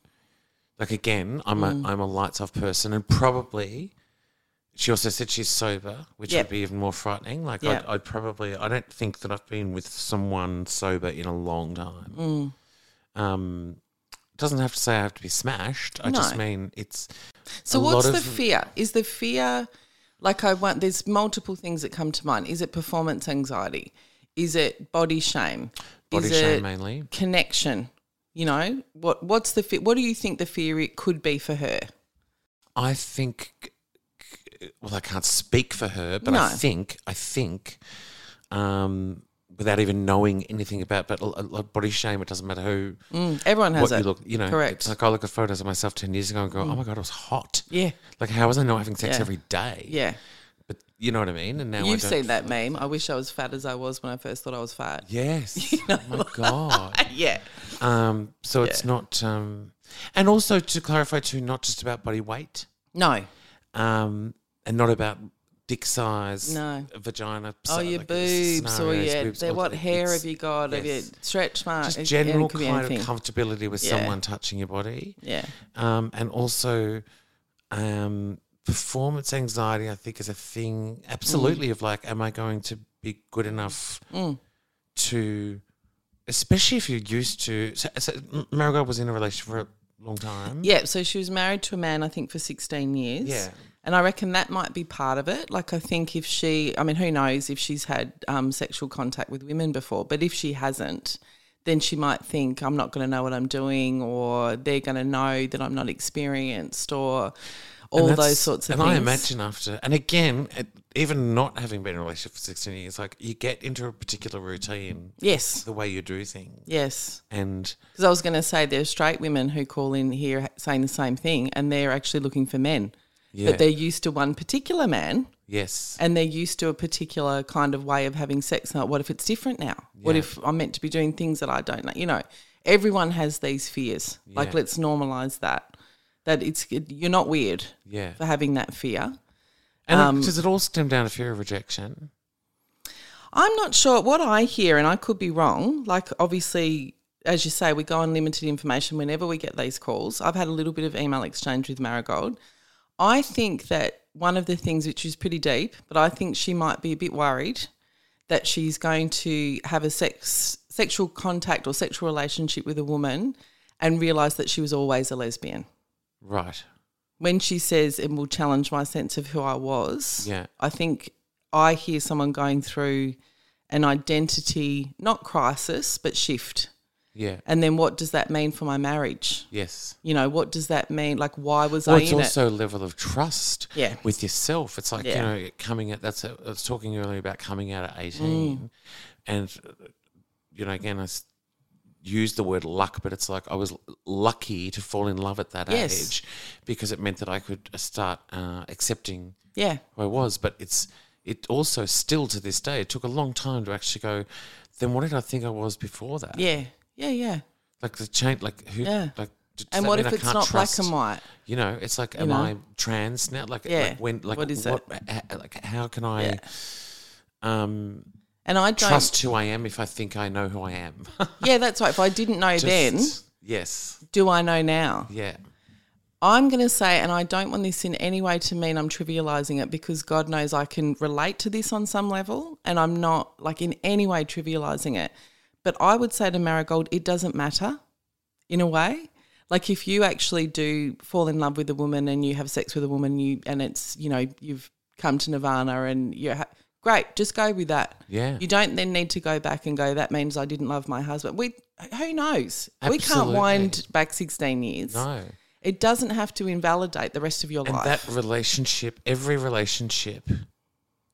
like again, I'm
Mm.
a I'm a lights off person, and probably. She also said she's sober, which
Yep.
would be even more frightening. Like
Yep.
I'd, I'd probably, I don't think that I've been with someone sober in a long time.
Mm.
Um, doesn't have to say I have to be smashed. I just
No.
mean it's
So
a
what's
lot
the
of-
fear? Is the fear like I want there's multiple things that come to mind. Is it performance anxiety? Is it body shame?
body
Is
shame
it
mainly.
connection? You know? What what's the fe- what do you think the fear it could be for her?
I think. Well, I can't speak for her, but I
No.
think I think, um, without even knowing anything about, but a, a lot of body shame. It doesn't matter who,
Mm, everyone has
what you
it.
look. You know,
Correct.
It's like I look at photos of myself ten years ago and go, "Oh my god, I was hot."
yeah.
Like, how was I not having sex
Yeah.
every day?
Yeah.
But you know what I mean. And now I
You've
don't
seen that
feel-
meme. I wish I was fat as I was when I first thought I was fat.
Yes. oh my god.
Yeah.
Um, so it's not, um, and also to clarify too, not just about body weight,
No.
um, and not about dick size,
No.
vagina.
Oh,
si-
your
like,
boobs, or
scenarios,
your
boobs,
the-
or
what
it-
hair
it's
have you got? Have you
yes.
stretched marks?
Just general
could be
kind
anything.
of comfortability with
Yeah.
someone touching your body,
Yeah.
um, and also um, performance anxiety. I think is a thing,
Mm.
absolutely, of like, am I going to be good enough to? Especially if you're used to, so, so M- Marigold was in a relationship for a long time.
Yeah, so she was married to a man, I think, for 16 years.
Mm-hmm. Yeah.
And I reckon that might be part of it. Like, I think if she, I mean, who knows if she's had um, sexual contact with women before, but if she hasn't, then she might think, I'm not going to know what I'm doing, or they're going to know that I'm not experienced, or all
And
those
that's-
sorts of
and
things.
I imagine after, and again, it, even not having been in a relationship for 16 years, like you get into a particular routine,
Yes.
the way you do things.
Yes.
And
Because I was going to say there are straight women who call in here ha- saying the same thing, and they're actually looking for men.
yeah,
But they're used to one particular man.
yes,
and they're used to a particular kind of way of having sex. Now, what if it's different now? What
Yeah.
if I'm meant to be doing things that I don't know? You know, everyone has these fears. Like,
Yeah.
let's normalize that. That it's it- you're not weird
yeah.
for having that fear.
And
um,
does it all stem down to fear of rejection?
I'm not sure what I hear, and I could be wrong. Like, obviously, as you say, we go on limited information whenever we get these calls. I've had a little bit of email exchange with Marigold. I think that one of the things which is pretty deep, but I think she might be a bit worried that she's going to have a sex sexual contact or sexual relationship with a woman and realize that she was always a lesbian.
Right.
When she says it will challenge my sense of who I was,
Yeah.
I think I hear someone going through an identity not crisis but shift.
Yeah.
And then what does that mean for my marriage?
Yes.
You know, what does that mean? Like why was
Well,
I
it's
in it?
also a level of trust
Yeah.
with yourself. It's like,
Yeah.
you know, coming at that's, a, I was talking earlier about coming out at 18.
Mm.
And, uh, you know, again, I s- use the word luck, but it's like I was l- lucky to fall in love at that
Yes.
age because it meant that I could uh, start uh, accepting
Yeah.
who I was. But it's, it also still to this day, it took a long time to actually go, then what did I think I was before that?
Yeah. Yeah, yeah.
Like the change, like who,
Yeah.
like, d- does
And
that
what
mean
if
I
it's
can't
not
trust-
black and white?
You know, it's like, am
know?
I trans now? Like,
Yeah.
like when, like,
What is
h- like, how can I um,
And I don't.
trust who I am if I think I know who I am?
Yeah, that's right. If I didn't know
Just-
then,
yes,
do I know now?
yeah,
I'm going to say, and I don't want this in any way to mean I'm trivializing it because God knows I can relate to this on some level, and I'm not like in any way trivializing it. But I would say to Marigold, it doesn't matter in a way. Like if you actually do fall in love with a woman and you have sex with a woman, you and it's you know you've come to nirvana and you're ha- great. Just go with that.
Yeah.
You don't then need to go back and go. That means I didn't love my husband. We who knows? We can't
Absolutely.
wind back sixteen years.
no.
It doesn't have to invalidate the rest of your
And
life.
that relationship, every relationship,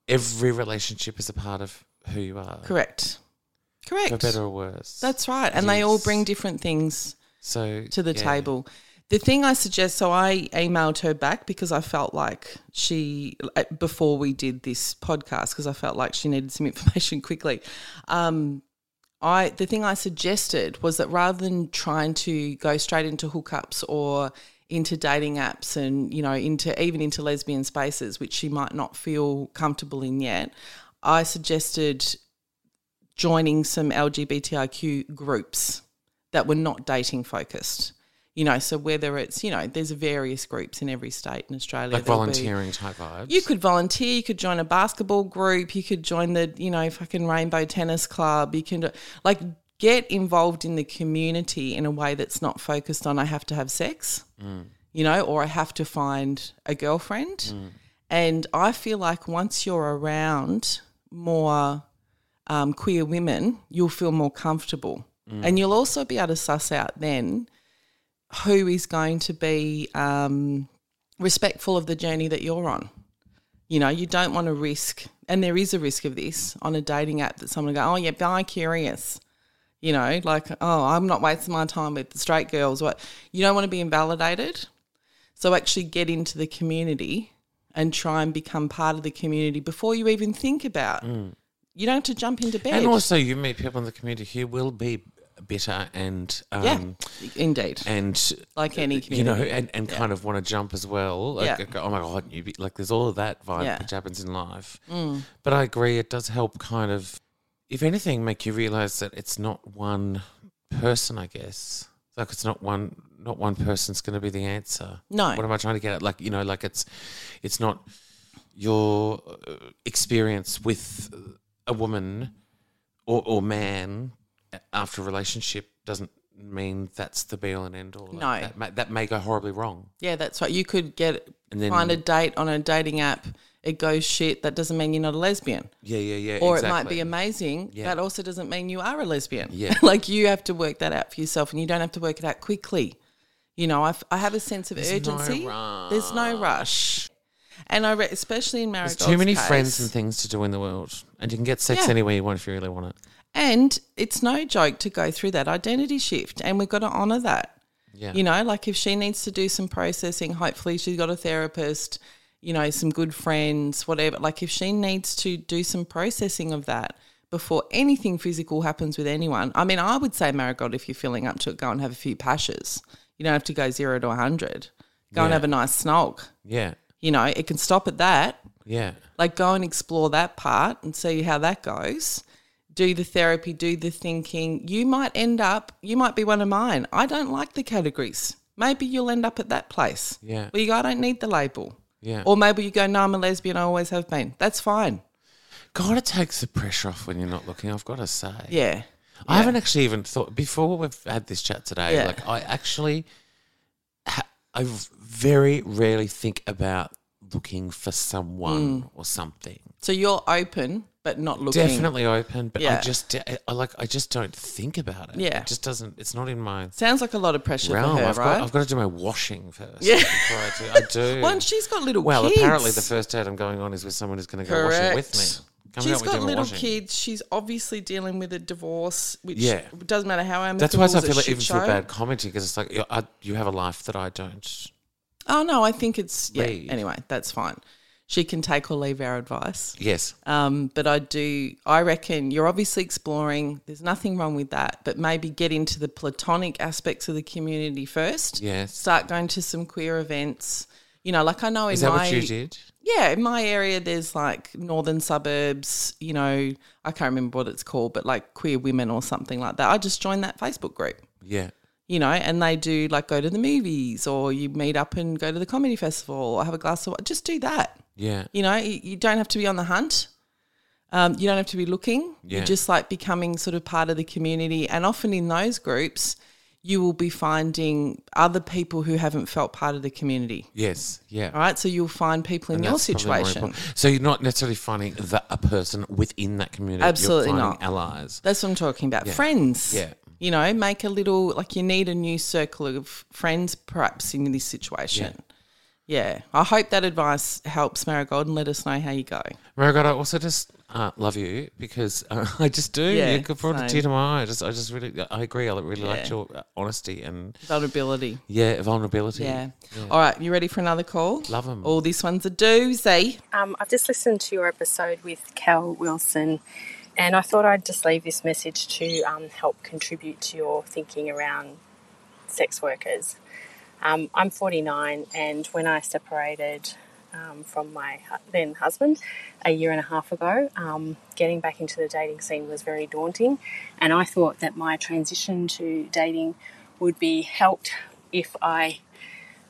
every relationship is a part of who you are.
Correct. Correct.
For better or worse.
That's right. And they all
Yes.
bring different things
so
to the
yeah.
table. The thing I suggest, so I emailed her back because I felt like she, uh, before we did this podcast, because I felt like she needed some information quickly. Um, I the thing I suggested was that rather than trying to go straight into hookups or into dating apps and you know into even into lesbian spaces, which she might not feel comfortable in yet, I suggested joining some LGBTIQ groups that were not dating focused. You know, so whether it's you know, there's various groups in every state in Australia.
Like
There'll be-
volunteering type vibes.
you could volunteer. You could join a basketball group. You could join the, you know, fucking rainbow tennis club. You can like get involved in the community in a way that's not focused on I have to have sex, you know, or I have to find a girlfriend. And I feel like once you're around more um, queer women, you'll feel more comfortable, and you'll also be able to suss out then who is going to be um, respectful of the journey that you're on. You know, you don't want to risk, and there is a risk of this on a dating app that someone will go, oh yeah, bi curious. You know, like oh, I'm not wasting my time with straight girls. What you don't want to be invalidated, so actually get into the community and try and become part of the community before you even think about. You don't have to jump into bed.
Mm. and also, you meet people in the community who will be better and um,
yeah, indeed,
and
like any community.
you know, and, and kind of want to jump as well. Like,
Yeah.
go, oh my god, you be, like there's all of that vibe
Yeah. Mm.
which happens in life. But I agree, it does help kind of, if anything, make you realize that it's not one person. I guess like it's not one not one person's going to be the answer.
No.
what am I trying to get at? Like you know, like it's it's not your uh, experience with a woman or, or man a- after a relationship doesn't mean that's the be all and end all. Like,
No.
that may, that may go horribly wrong.
Yeah, that's right. You could get
And then-
find a date on a dating app. It goes shit. That doesn't mean you're not a lesbian,
Yeah, yeah, yeah.
or
exactly.
it might be amazing.
Yeah.
That also doesn't mean you are a lesbian.
Yeah.
like you have to work that out for yourself, and you don't have to work it out quickly. You know, I've, I have a sense of
There's no
urgency. There's no rush, and I re- especially in
There's
marriage.
too many friends and things to do in the world, and you can get sex
Yeah.
anywhere you want if you really want it.
And it's no joke to go through that identity shift, and we've got to honour that.
Yeah,
You know, like if she needs to do some processing, hopefully she's got a therapist, you know, some good friends, whatever. Like if she needs to do some processing of that before anything physical happens with anyone. I mean, I would say, Marigold, if you're feeling up to it, go and have a few pashes. You don't have to go zero to 100. Go and
Yeah.
have a nice snog.
yeah,
You know, it can stop at that
yeah.
like go and explore that part and see how that goes do the therapy do the thinking you might end up you might be one of mine i don't like the categories maybe you'll end up at that place
Yeah.
where you go i don't need the label
Yeah.
or maybe you go no i'm a lesbian i always have been that's fine
God, it takes the pressure off when you're not looking. I've got to say.
yeah
I haven't actually even thought before we've had this chat today.
Yeah.
Like I actually, ha- I very rarely think about looking for someone or something.
so you're open but not Hmm. looking
Definitely open, but I
Yeah.
just I like I just don't think about it.
Yeah.
it just doesn't. It's not in my
sounds like a lot of pressure
realm.
for her
I've,
right
got, I've got to do my washing first.
Yeah.
before I do. I do.
well and she's got little
well,
kids.
apparently the first date I'm going on is with someone who's going to go washing with me. Come
She's
help me do
got
my
little
washing.
kids. She's obviously dealing with a divorce, which
Yeah.
doesn't matter how amicable.
That's why I
it's a
feel like
shit
even feel
show.
bad commenting because it's like you- I, you have a life that I don't.
Oh no, I think it's yeah.
Read.
Anyway, that's fine. She can take or leave our advice.
Yes.
Um, but I do, I reckon you're obviously exploring. There's nothing wrong with that, but maybe get into the platonic aspects of the community first.
Yes.
Start going to some queer events. You know, like I know
Is
in
that
my
what you did?
yeah, in my area, there's like northern suburbs, you know, I can't remember what it's called, but like queer women or something like that. I just joined that Facebook group,
Yeah.
you know, and they do like go to the movies or you meet up and go to the comedy festival or have a glass of wine. Just do that.
Yeah.
You know, you, you don't have to be on the hunt. Um, you don't have to be looking.
Yeah.
You're just like becoming sort of part of the community. And often in those groups, you will be finding other people who haven't felt part of the community.
Yes. Yeah.
All right. So you'll find people in
And
your
that's probably more
situation.
important. So you're not necessarily finding the, a person within that community.
Absolutely
you're finding
not.
Allies.
That's what I'm talking about. Friends.
Yeah.
You know, make a little, like you need a new circle of friends perhaps in this situation. Yeah. I hope that advice helps, Marigold, and let us know how you go.
Margot, I also just uh, love you because uh, I just do.
Yeah,
you could brought a tear
same.
to my eye. I just, I just really, I agree. I really liked
Yeah.
your uh, honesty and
Vulnerability.
yeah, vulnerability.
Yeah. All right. You ready for another call?
Love 'em.
All this one's a doozy.
Um, I've just listened to your episode with Cal Wilson, and I thought I'd just leave this message to um, help contribute to your thinking around sex workers. Um, I'm 49, and when I separated um, from my hu- then husband a year and a half ago, um, getting back into the dating scene was very daunting, and I thought that my transition to dating would be helped if I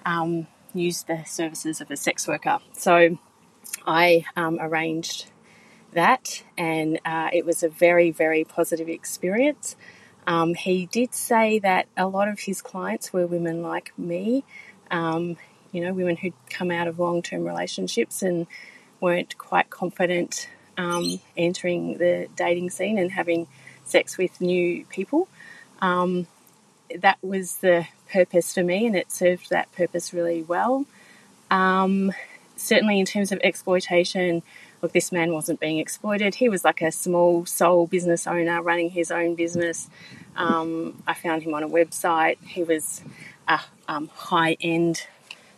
um, used the services of a sex worker. So I um, arranged that, and uh, it was a very, very positive experience. Um, he did say that a lot of his clients were women like me, um, you know, women who'd come out of long term relationships and weren't quite confident um, entering the dating scene and having sex with new people. Um, that was the purpose for me, and it served that purpose really well um, certainly in terms of exploitation, look, this man wasn't being exploited. He was like a small sole business owner running his own business. Um, I found him on a website. He was a um, high end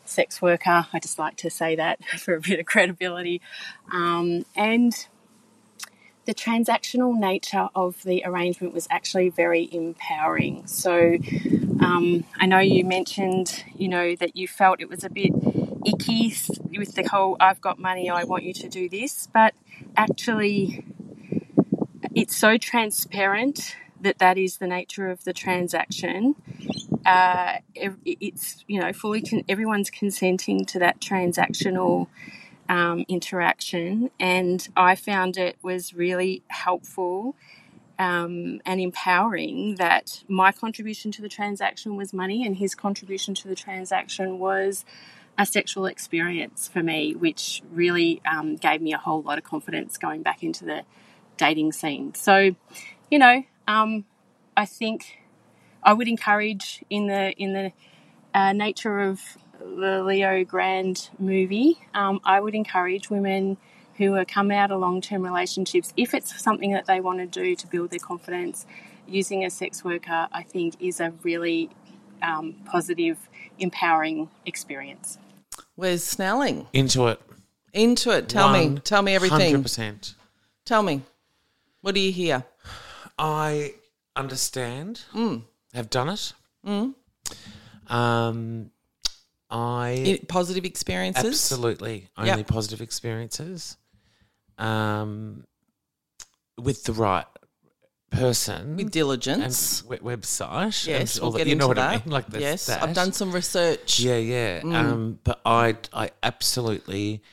sex worker. I just like to say that for a bit of credibility. Um, and the transactional nature of the arrangement was actually very empowering. So um, I know you mentioned, you know, that you felt it was a bit icky s- with the whole "I've got money, I want you to do this," but actually, it's so transparent that that is the nature of the transaction. Uh, ev- it's you know fully con- everyone's consenting to that transactional um, interaction, and I found it was really helpful um, and empowering that my contribution to the transaction was money, and his contribution to the transaction was a sexual experience for me, which really um, gave me a whole lot of confidence going back into the dating scene. So, you know, um, I think I would encourage in the in the uh, nature of the Leo Grand movie, um, I would encourage women who are coming out of long term relationships, if it's something that they want to do to build their confidence, using a sex worker, I think, is a really um, positive, empowering experience.
Where's Snelling?
Into it.
Into it. Tell me. Tell me everything.
100%.
Tell me. What do you hear?
I understand.
Mm.
Have done it. Um, I
I- Positive experiences?
Absolutely. Only
Yep.
positive experiences. Um, with the right person.
With
and
diligence.
we- website. and
yes.
all
We'll
that.
get
You
into
know what
that.
I mean? Like that's
yes.
that.
I've done some research.
Yeah, yeah.
Mm.
Um, but I, I absolutely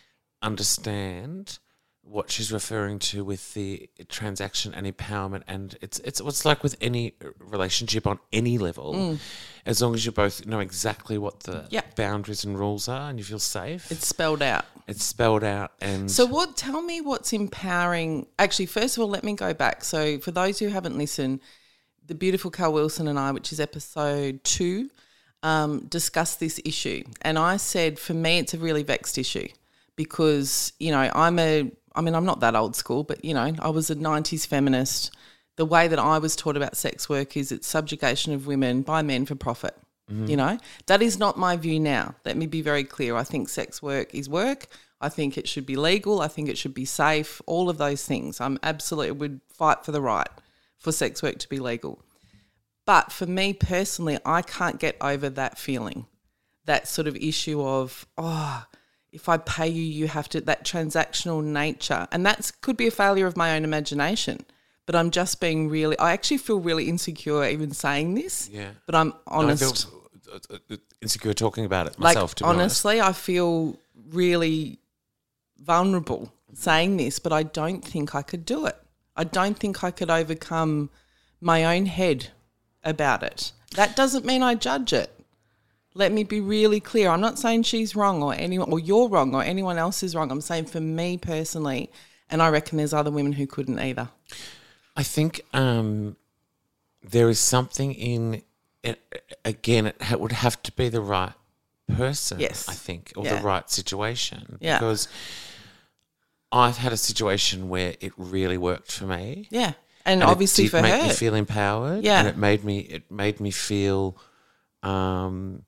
understand what she's referring to with the transaction and empowerment, and it's it's what's like with any relationship on any level, as long as you both know exactly what the
Mm. Yeah.
boundaries and rules are, and you feel safe.
It's spelled out.
It's spelled out and
So what tell me what's empowering actually first of all let me go back. So for those who haven't listened, the beautiful Carl Wilson and I, which is episode two, um, discussed this issue. And I said for me it's a really vexed issue because, you know, I'm a I mean, I'm not that old school, but you know, I was a nineties feminist. The way that I was taught about sex work is it's subjugation of women by men for profit. You know, that is not my view now. Let me be very clear. I think sex work is work. I think it should be legal. I think it should be safe. All of those things. I'm absolutely would fight for the right for sex work to be legal. But for me personally, I can't get over that feeling, that sort of issue of oh, if I pay you, you have to that transactional nature, and that could be a failure of my own imagination. But I'm just being really. I actually feel really insecure even saying this.
Yeah.
But I'm
And I
honest.
feel uh, uh, insecure talking about it myself. to be honest.
honestly, I feel really vulnerable saying this, but I don't think I could do it. I don't think I could overcome my own head about it. That doesn't mean I judge it. Let me be really clear. I'm not saying she's wrong or anyone or you're wrong or anyone else is wrong. I'm saying for me personally, and I reckon there's other women who couldn't either.
I think um, there is something in it. Again, it ha- would have to be the right person.
Yes.
I think, or
Yeah.
the right situation.
Yeah.
Because I've had a situation where it really worked for me.
Yeah. And,
it
obviously
did
for
make
her.
me feel empowered.
Yeah.
and it made me. It made me feel, um,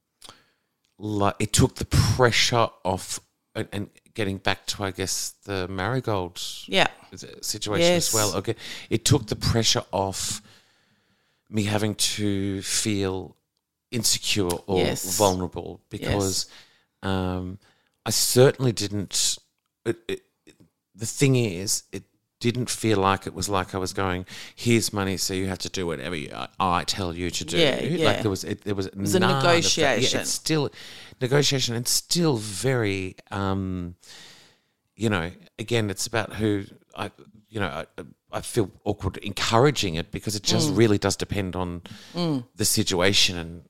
like it took the pressure off. And, and getting back to, I guess, the marigold
yeah.
situation
Yes.
as well. Okay, it took the pressure off me having to feel insecure or
Yes.
vulnerable because um, I certainly didn't. It, it, the thing is, it didn't feel like it was like I was going. Here's money, so you have to do whatever you, I, I tell you to do.
Yeah, yeah.
Like there was, it, there was, it
was a negotiation.
it's still negotiation, and still very. Um, you know, again, it's about who I, you know, I, I feel awkward encouraging it because it
Mm.
just really does depend on the situation and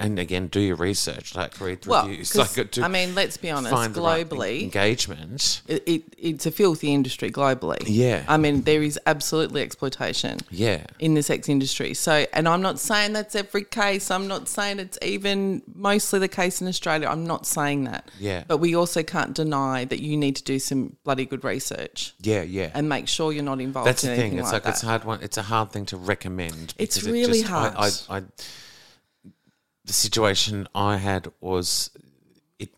and again, do your research, like read the
Well,
reviews.
'cause,
Like, do-
I mean, let's be honest,
find the right
globally-
engagement.
It, it, it's a filthy industry globally.
Yeah.
I mean, there is absolutely exploitation.
Yeah,
in the sex industry. So, and I'm not saying that's every case. I'm not saying it's even mostly the case in Australia. I'm not saying that.
Yeah.
But we also can't deny that you need to do some bloody good research
yeah, yeah.
and make sure you're not involved.
That's
in
the thing.
anything
It's
like,
like,
that.
it's hard one. It's a hard thing to recommend.
It's
because it
really
just- I-
hard.
I, I, the situation I had was it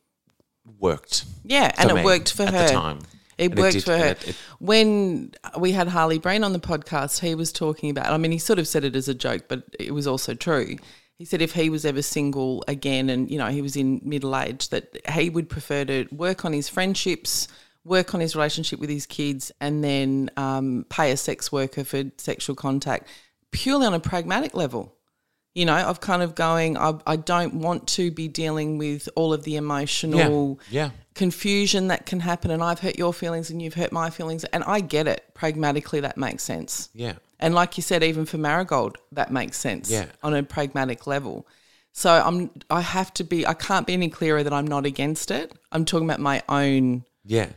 worked.
Yeah, and
for
it
me
worked for
at
her.
the time.
It
And
worked
did-
for her.
and it- it-
when we had Harley Breen on the podcast, he was talking about, I mean, he sort of said it as a joke, but it was also true. He said if he was ever single again and, you know, he was in middle age, that he would prefer to work on his friendships, work on his relationship with his kids, and then um, pay a sex worker for sexual contact purely on a pragmatic level you know, of kind of going, I, I don't want to be dealing with all of the emotional
Yeah, yeah.
confusion that can happen. And I've hurt your feelings and you've hurt my feelings. And I get it. Pragmatically, that makes sense.
Yeah.
And like you said, even for Marigold, that makes sense
Yeah.
on a pragmatic level. So I'm, I have to be, I can't be any clearer that I'm not against it. I'm talking about my own,
Yeah.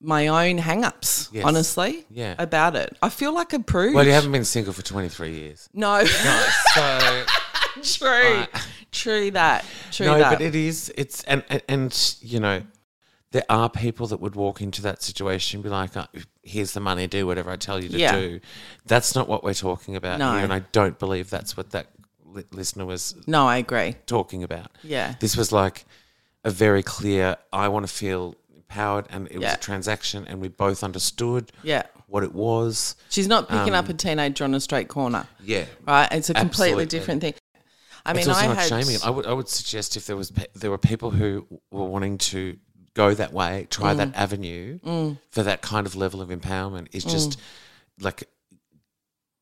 my own hang-ups,
Yes.
honestly,
Yeah.
about it. I feel like a prude.
Well, you haven't been single for 23 years.
no,
so,
true,
Right.
true that, true
no,
that.
but it is, it's, and, and, and, you know, there are people that would walk into that situation and be like, "Uh, here's the money, do whatever I tell you to
Yeah.
do. That's not what we're talking about
No.
here. And I don't believe that's what that li- listener was
No, I agree.
talking about.
Yeah.
This was like a very clear, I want to feel empowered. And it was
Yeah.
a transaction, and we both understood
Yeah.
what it was.
She's not picking
Um,
up a teenager on a straight corner,
Yeah.
right? It's a completely
Absolutely.
different thing. I mean,
it's also
I
not
had
shaming. it. I would I would suggest if there was pe- there were people who were wanting to go that way, try
Mm.
that avenue for that kind of level of empowerment is just like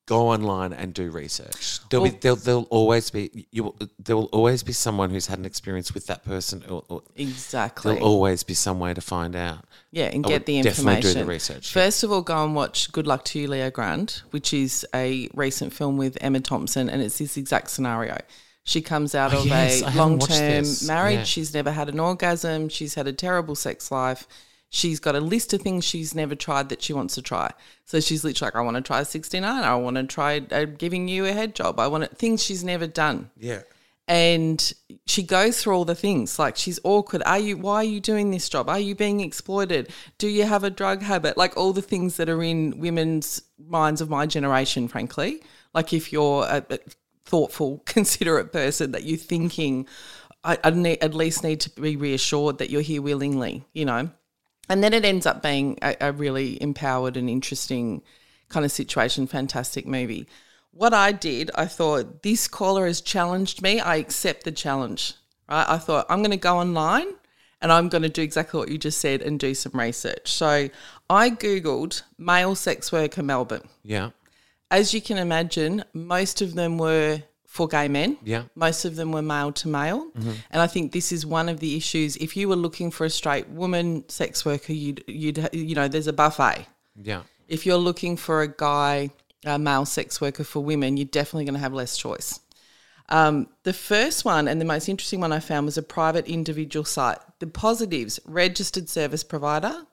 go online and do research. There'll be
Well-
there'll, there'll always be you will, there will always be someone who's had an experience with that person. Or, or
exactly.
there'll always be some way to find out.
yeah, and
I
get
would
the
definitely
information.
do the research, yeah.
First of all, go and watch "Good Luck to You, Leo Grant," which is a recent film with Emma Thompson, and it's this exact scenario. She comes out
Oh,
of
yes, I
a
haven't
long
watched
term
this.
marriage.
Yeah.
She's never had an orgasm. She's had a terrible sex life. She's got a list of things she's never tried that she wants to try. So she's literally like, I want to try 69. I want to try uh, giving you a head job. I want to, things she's never done
Yeah.
and she goes through all the things like she's awkward are you why are you doing this job are you being exploited do you have a drug habit like all the things that are in women's minds of my generation frankly like if you're a, a thoughtful considerate person that you're thinking I, I need, at least need to be reassured that you're here willingly you know And then it ends up being a, a really empowered and interesting kind of situation. Fantastic movie. What I did, I thought, this caller has challenged me. I accept the challenge. Right? I thought, I'm going to go online and I'm going to do exactly what you just said and do some research. So I Googled male sex worker Melbourne.
Yeah.
As you can imagine, most of them were for gay men.
Yeah.
Most of them were male to male. And I think this is one of the issues. If you were looking for a straight woman sex worker, you'd, you'd you know, there's a buffet.
Yeah.
If you're looking for a guy, a male sex worker for women, you're definitely going to have less choice. Um, the first one and the most interesting one I found was a private individual site. The positives registered service provider.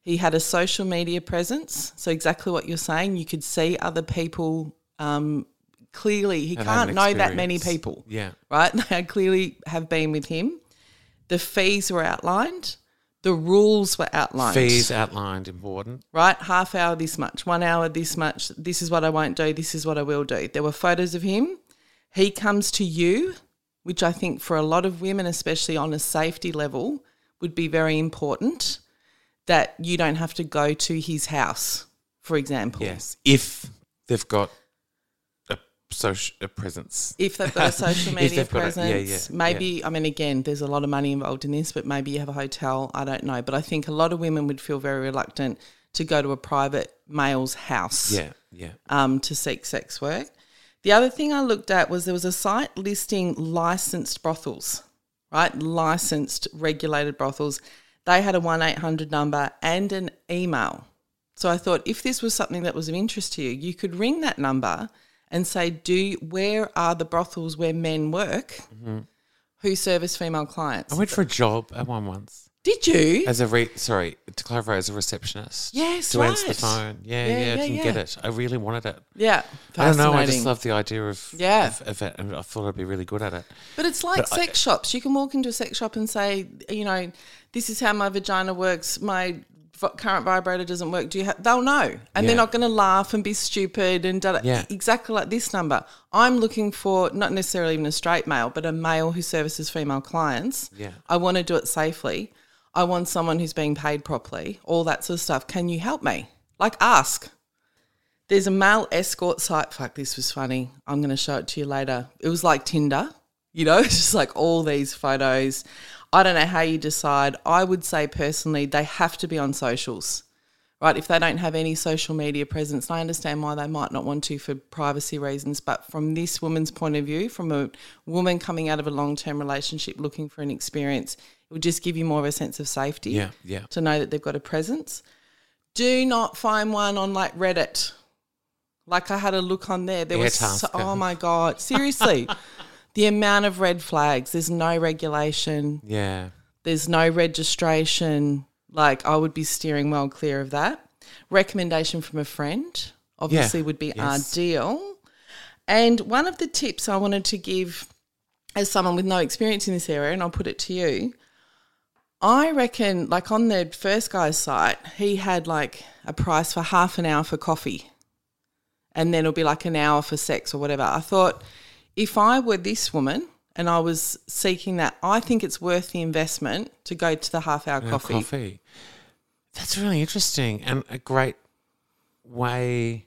He had a social media presence. So, exactly what you're saying, you could see other people um, clearly. He
And have
can't
an
know that many
experience.
people
Yeah.
right? They clearly have been with him. The fees were outlined. The rules were outlined.
Fees outlined, important.
Right? Half hour this much, one hour this much. This is what I won't do. This is what I will do. There were photos of him. He comes to you, which I think for a lot of women, especially on a safety level, would be very important that you don't have to go to his house, for example.
Yes. If they've got a social a presence.
If they've got a social
If
media
they've got
presence,
a- yeah, yeah,
maybe,
yeah.
I mean, again, there's a lot of money involved in this, but maybe you have a hotel, I don't know. But I think a lot of women would feel very reluctant to go to a private male's house
Yeah. Yeah.
um, to seek sex work. The other thing I looked at was there was a site listing licensed brothels, right? Licensed, regulated brothels. They had a 1 800 number and an email. So I thought if this was something that was of interest to you, you could ring that number and say, "Do where are the brothels where men work
Mm-hmm.
who service female clients?"
I went for a job at one once
Did you?
as a re- sorry to clarify as a receptionist.
Yes,
to answer the
right.
phone.
Yeah,
Yeah, yeah,
yeah,
I didn't
yeah.
get it. I really wanted it.
yeah.
I don't know. I
Fascinating.
just love the idea of
Yeah.
of, of it, and I thought I'd be really good at it.
But it's like
But I-
sex shops. You can walk into a sex shop and say, you know, this is how my vagina works. My v- current vibrator doesn't work. Do you have? They'll know, and
Yeah.
they're not going to laugh and be stupid and da-
Yeah.
exactly like this number. I'm looking for not necessarily even a straight male, but a male who services female clients.
Yeah.
I want to do it safely. I want someone who's being paid properly. All that sort of stuff. Can you help me? Like ask. There's a male escort site. Fuck, this was funny. I'm going to show it to you later. It was like Tinder, you know, it's just like all these photos. I don't know how you decide. I would say personally, they have to be on socials, right? If they don't have any social media presence, and I understand why they might not want to for privacy reasons. But from this woman's point of view, from a woman coming out of a long term relationship looking for an experience, it would just give you more of a sense of safety
Yeah, yeah.
to know that they've got a presence. Do not find one on like Reddit. Like I had a look on there. There
Yeah,
was
Tasker.
so, oh my god, seriously. the amount of red flags. There's no regulation.
Yeah,
There's no registration. Like I would be steering well clear of that. Recommendation from a friend obviously would be
yes.
ideal. And one of the tips I wanted to give as someone with no experience in this area, and I'll put it to you, I reckon, like on the first guy's site, he had like a price for half an hour for coffee and then it'll be like an hour for sex or whatever. I thought if I were this woman and I was seeking that, I think it's worth the investment to go to the half hour
Yeah,
coffee.
coffee. That's really interesting and a great way.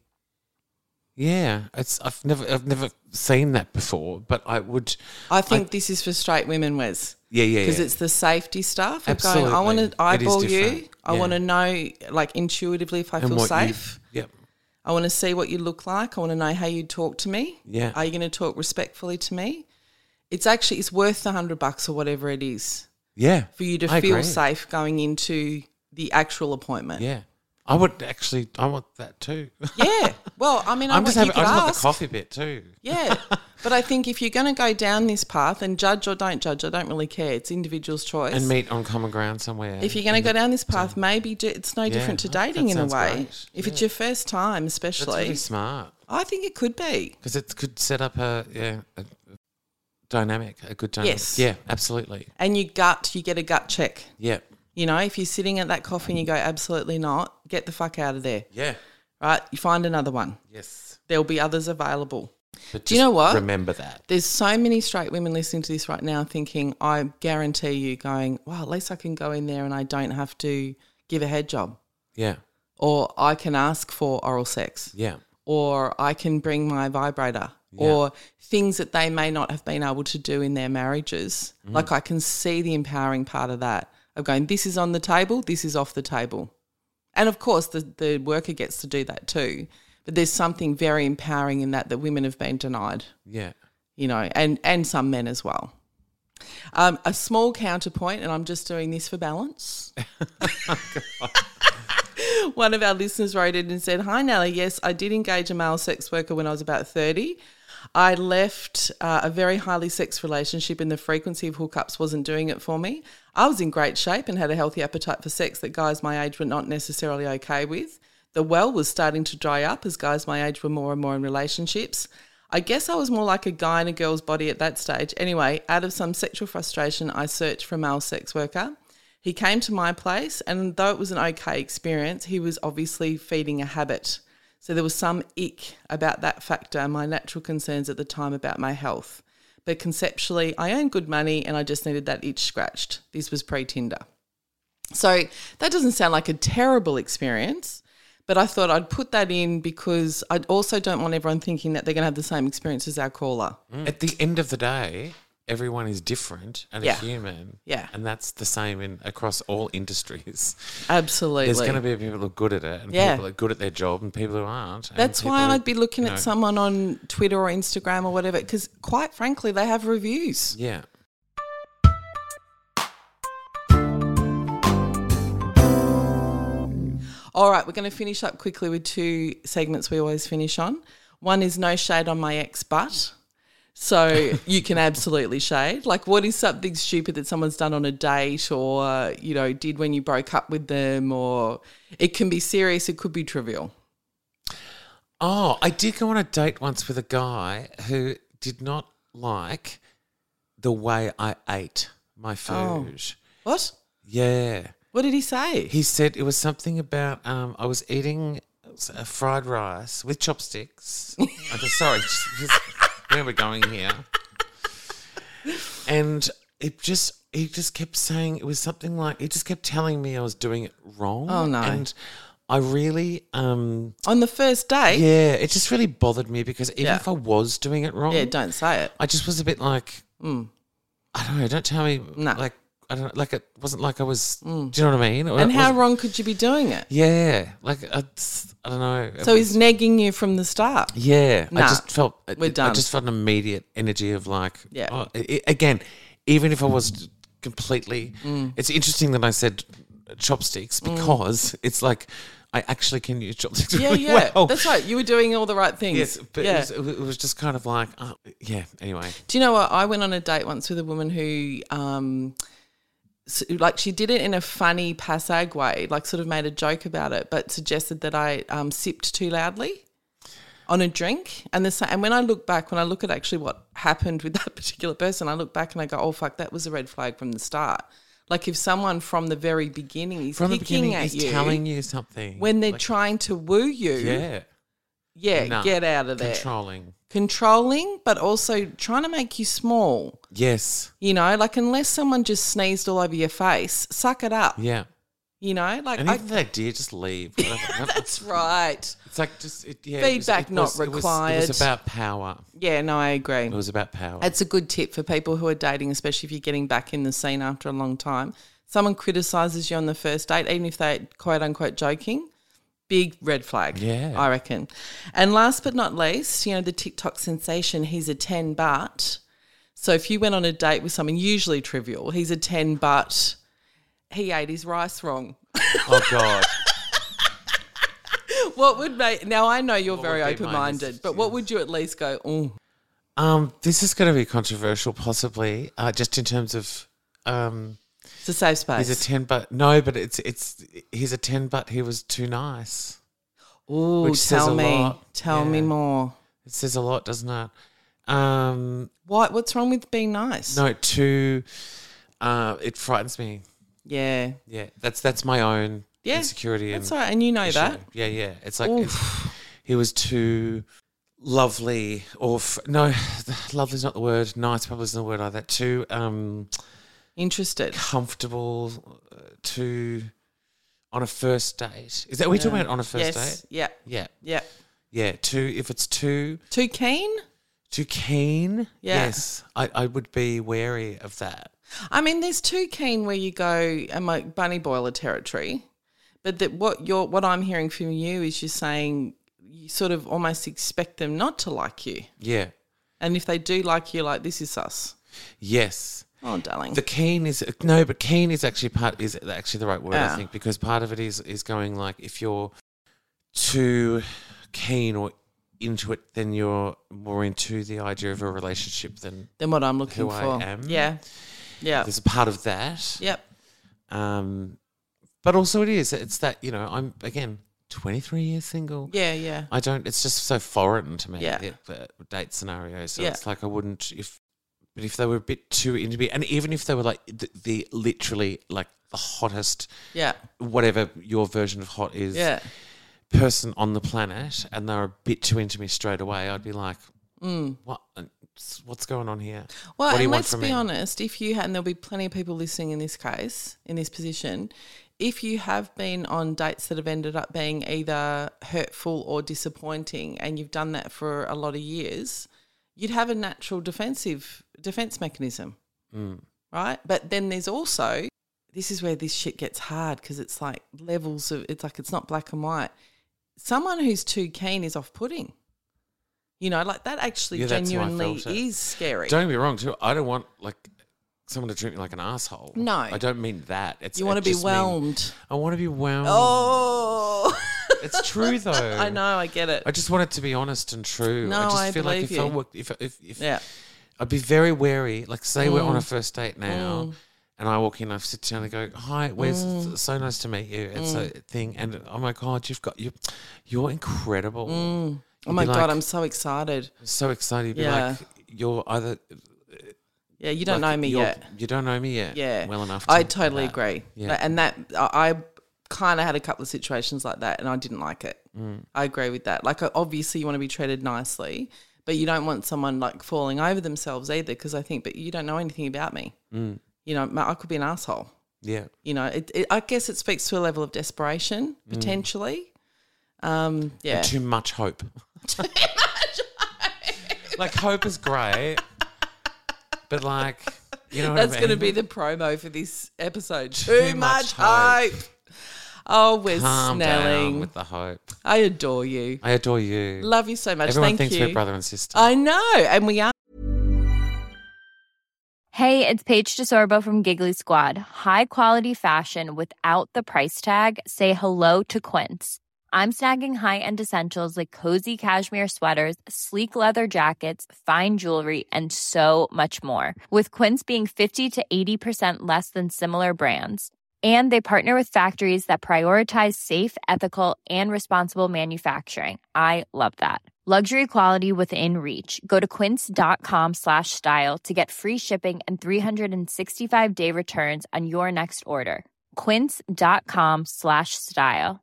Yeah, it's I've never I've never seen that before, but I would.
I think this is for straight women, Wes.
Yeah, yeah,
because
yeah.
it's the safety stuff. of going, I
Absolutely.
want
It is
to eyeball
different.
you. I
Yeah.
want to know, like intuitively, if I feel
what you-
safe.
Yep.
I want to see what you look like. I want to know how you talk to me.
Yeah.
Are you going to talk respectfully to me? It's actually it's worth the hundred bucks or whatever it is
Yeah.
for you to
I
feel
agree.
safe going into the actual appointment.
Yeah. I would actually. I want that too.
Yeah. Well, I mean, I
I'm just having.
you could
I just want the
ask.
coffee bit too.
Yeah. But I think if you're going to go down this path and judge or don't judge, I don't really care. It's individual's choice.
And meet on common ground somewhere.
If you're going to go down this path, maybe do, it's no different to
I think
dating
that
in a
sounds
way.
great.
If it's
Yeah.
your first time,
that's
especially,
really smart
I think it could be.
because it could set up a yeah a a dynamic, a good dynamic.
Yes.
Yeah, absolutely.
And you gut, you get a gut check.
Yeah.
You know, if you're sitting at that coffee and you go, absolutely not, get the fuck out of there,
Yeah.
right? You find another one.
Yes.
There'll be others available.
But
Do you
just
know what?
Remember that.
There's so many straight women listening to this right now thinking, I guarantee you going, well, at least I can go in there and I don't have to give a head job,
Yeah.
or I can ask for oral sex,
Yeah.
or I can bring my vibrator, or things that they may not have been able to do in their marriages. Like I can see the empowering part of that of going, this is on the table, this is off the table. And of course, the, the worker gets to do that too. But there's something very empowering in that that women have been denied
Yeah.
you know, and and some men as well. Um, a small counterpoint, and I'm just doing this for balance. One of our listeners wrote in and said, "Hi Nellie, yes, I did engage a male sex worker when I was about 30. I left uh, a very highly sexed relationship, and the frequency of hookups wasn't doing it for me. I was in great shape and had a healthy appetite for sex that guys my age were not necessarily okay with. The well was starting to dry up as guys my age were more and more in relationships. I guess I was more like a guy in a girl's body at that stage. Anyway, out of some sexual frustration, I searched for a male sex worker. He came to my place, and though it was an okay experience, he was obviously feeding a habit. So there was some ick about that factor, my natural concerns at the time about my health. But conceptually, I earned good money and I just needed that itch scratched. This was pre Tinder. So that doesn't sound like a terrible experience, but I thought I'd put that in because I also don't want everyone thinking that they're going to have the same experience as our caller.
At the end of the day, everyone is different and
Yeah.
a human.
Yeah.
And that's the same in across all industries.
Absolutely.
There's going to be people who are good at it and
Yeah.
people who are good at their job and people who aren't. and
That's why
people who-
I'd be looking
you
at
know,
someone on Twitter or Instagram or whatever, because quite frankly, they have reviews.
Yeah.
All right, we're going to finish up quickly with two segments we always finish on. One is no shade on my ex butt. So you can absolutely shade. Like, what is something stupid that someone's done on a date or, you know, did when you broke up with them? Or it can be serious, it could be trivial.
Oh, I did go on a date once with a guy who did not like the way I ate my food.
Oh. What?
Yeah.
What did he say?
He said it was something about um, I was eating uh, fried rice with chopsticks. I'm just- sorry, just- just where we're going here. And it just he just kept saying it was something like he just kept telling me I was doing it wrong.
Oh, no.
And I really um
on the first date?
yeah, it just really bothered me because even
Yeah.
if I was doing it wrong,
Yeah, don't Mm. say it.
I just was a bit like, I don't know. Don't tell me,
No.
like I don't like it wasn't like I was. Do you know what I mean? Or
Mm. And
it
how
wasn't-
wrong could you be doing it?
Yeah, like I, s- I don't know. It
So
was-
he's negging you from the start.
yeah. I
Nah,
just felt I-
we're
I
done.
just felt an immediate energy of like,
Yeah.
oh, i i- again, even if I was completely,
Mm.
it's interesting that I said chopsticks because it's like I actually can use chopsticks.
Yeah,
really
yeah.
well.
That's right. You were doing all the right things.
Yes, but
yeah.
it, was, it was- it was just kind of like, uh, yeah. Anyway,
Do you know what? I went on a date once with a woman who, um, s- like, she did it in a funny passag way, like, sort of made a joke about it, but suggested that I um, sipped too loudly on a drink. And the sa- and when I look back, when I look at actually what happened with that particular person, I look back and I go, oh fuck, that was a red flag from the start. Like, if someone from the very beginning is
from the
picking
beginning,
at
he's
you
telling you something
when they're
like,
trying to woo you,
yeah,
yeah,
nah,
get out of there.
controlling.
Controlling, but also trying to make you small.
Yes,
You know, like unless someone just sneezed all over your face, suck it up.
yeah.
You know, like
And
I,
even if they did, just leave. That's
that's right.
It's like just it, yeah,
Feedback
it
not
was, it was- it was- It
required.
was about power.
Yeah, no, I agree.
It was about power.
It's a good tip for people who are dating, especially if you're getting back in the scene after a long time. Someone criticizes you on the first date, even if they quote unquote joking, big red flag.
Yeah.
I reckon. And last but not least, you know, the TikTok sensation, he's a 10 but. So if you went on a date with someone, usually trivial, he's a 10 but he ate his rice wrong.
oh God,
What would make now? I know you're
What
very
would be
open minded,
minus-
but what would you at least go? Oh,
um, this is going to be controversial, possibly, uh, just in terms of um,
it's a safe space.
he's a ten, but no, but it's it's he's a ten, but he was too nice.
oh,
which says
tell
a
me,
lot.
tell me
Yeah.
more.
It says a lot, doesn't it? Um,
What? What's wrong with being nice?
no, too. Uh, it frightens me.
Yeah.
Yeah, that's that's my own
Yeah.
insecurity.
That's
and
all right, and you know
issue.
that.
Yeah, yeah. It's like it's, he was too lovely, or f- no, lovely's not the word. Nice probably isn't the word either. Too um,
Interested.
comfortable, uh, too on a first date. Is that what we're talking about on a first
yes.
date?
Yeah.
Yeah.
Yeah.
Yeah. Too if it's too
Too keen?
too keen.
Yeah.
Yes. I, I would be wary of that.
I mean, there's too keen where you go, am I bunny boiler territory? But that what you're what I'm hearing from you is you're saying you sort of almost expect them not to like you.
Yeah.
And if they do like you, like this is us.
Yes.
Oh darling.
The keen is no, but keen is actually part is actually the right word
Ah.
I think because part of it is is going like if you're too keen or into it, then you're more into the idea of a relationship than
then what I'm looking
who
for.
I am.
Yeah. Yeah.
there's a part of that.
Yep.
Um, but also it is it's that you know I'm again 23 years single.
Yeah, yeah.
I don't. It's just so foreign to me.
Yeah.
The, the date scenario. So
Yeah.
it's like I wouldn't if, but if they were a bit too into me, and even if they were like the, the literally like the hottest,
Yeah.
whatever your version of hot is,
Yeah.
person on the planet, and they're a bit too into me straight away, I'd be like, what? uh, What's going on here?
Mm. Well,
what
and let's be
me?
honest, if you had, and there'll be plenty of people listening in this case, in this position, if you have been on dates that have ended up being either hurtful or disappointing, and you've done that for a lot of years, you'd have a natural defensive defense mechanism,
Mm.
right? But then there's also this is where this shit gets hard because it's like levels of it's like it's not black and white. Someone who's too keen is off-putting. You know, like that actually
Yeah, that's how I
genuinely
felt it.
is scary.
Don't get me wrong, too. I don't want like someone to treat me like an asshole.
No.
I don't mean that. It's
You
it
want to be
just mean-
whelmed.
I want to be whelmed.
Oh,
It's true though.
I know. I get it.
Oh. I just want it to be honest and true.
No,
I just
I
feel like
believe
if I
you.
worked, if if, if
yeah, Mm.
I'd be very wary. Like, say we're on a first date now, and I walk in, I sit down and go, "Hi, Wes,
Mm.
it's so nice to meet you." It's a thing, and oh my god, you've got you, you're incredible.
Oh my
be
god,
like-
I'm so excited.
So excited. You'd be
Yeah.
like, you're either
Yeah, you don't
like,
know me
you're-
yet.
You don't know me yet.
Yeah,
well enough.
I
to-
totally
that.
agree.
Yeah.
and that I, I kind of had a couple of situations like that, and I didn't like it.
Mm.
I agree with that. Like, obviously, you want to be treated nicely, but you don't want someone like falling over themselves either. Because I think, but you don't know anything about me.
Mm.
You know, I could be an asshole.
Yeah.
You know, it, it, I guess it speaks to a level of desperation
Mm.
potentially. Um, yeah,
Too much hope. like hope is great, but like you know what I
That's going to
mean?
be the promo for this episode. Too,
Too
much
much
hope. Oh, we're
calm down
snelling.
with the hope.
I adore you.
I adore you.
Love you so much.
Everyone
Thank
thinks
you.
we're brother and sister.
I know, and we are.
Hey, it's Paige DeSorbo from Giggly Squad. High quality fashion without the price tag. Say hello to Quince. I'm snagging high-end essentials like cozy cashmere sweaters, sleek leather jackets, fine jewelry, and so much more. With Quince being 50 to 80% less than similar brands. And they partner with factories that prioritize safe, ethical, and responsible manufacturing. I love that. Luxury quality within reach. Go to quince.com slash style to get free shipping and 365 day returns on your next order. Quince.com slash style.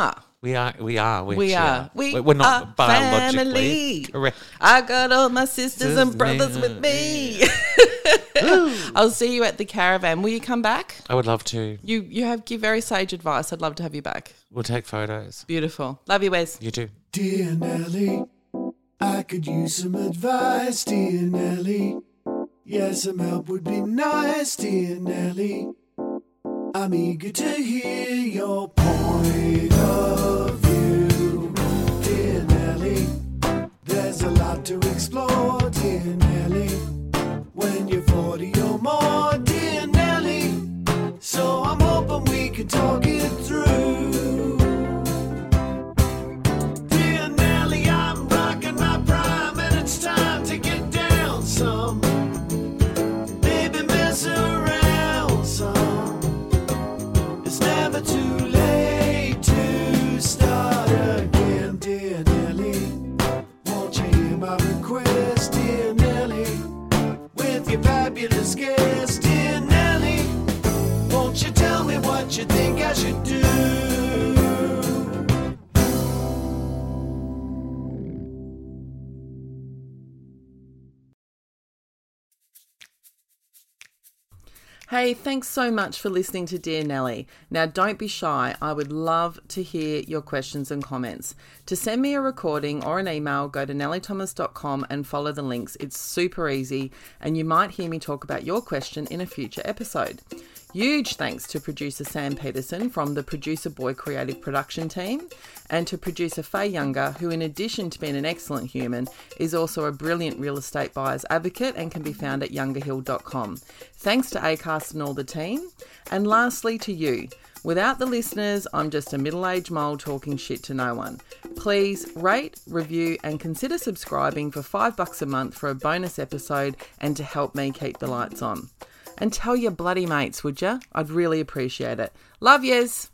Ah,
we are. We are. We,
we
actually
are. We
We're- we're not
are
biologically
family.
correct.
I got all my sisters and
Sisters,
brothers
man.
with me. I'll see you at the caravan. Will you come back?
I would love to.
You you have give very sage advice. I'd love to have you back.
We'll take photos.
Beautiful. Love you, Wes.
You too.
Dear Nelly, I could use some advice, dear Nelly. Yeah, some help would be nice, dear Nelly. I'm eager to hear your point of view, dear Nelly. There's a lot to explore, dear Nelly. When you're 40 or more, dear Nelly. So I'm hoping we can talk it through. Dear Nelly, I'm rocking my prime, and it's time to get down some. Maybe mess around some. It's never too late to start again, dear Nelly. Won't you hear my request, dear
Hey, thanks so much for listening to Dear Nelly. Now, don't be shy. I would love to hear your questions and comments. To send me a recording or an email, go to nellythomas.com and follow the links. It's super easy, and you might hear me talk about your question in a future episode. Huge thanks to producer Sam Peterson from the Producer Boy Creative Production team and to producer Faye Younger, who, in addition to being an excellent human, is also a brilliant real estate buyer's advocate and can be found at youngerhill.com. Thanks to ACAST and all the team. And lastly, to you. Without the listeners, I'm just a middle aged mole talking shit to no one. Please rate, review, and consider subscribing for five bucks a month for a bonus episode and to help me keep the lights on. And tell your bloody mates, would ya? I'd really appreciate it. Love yous.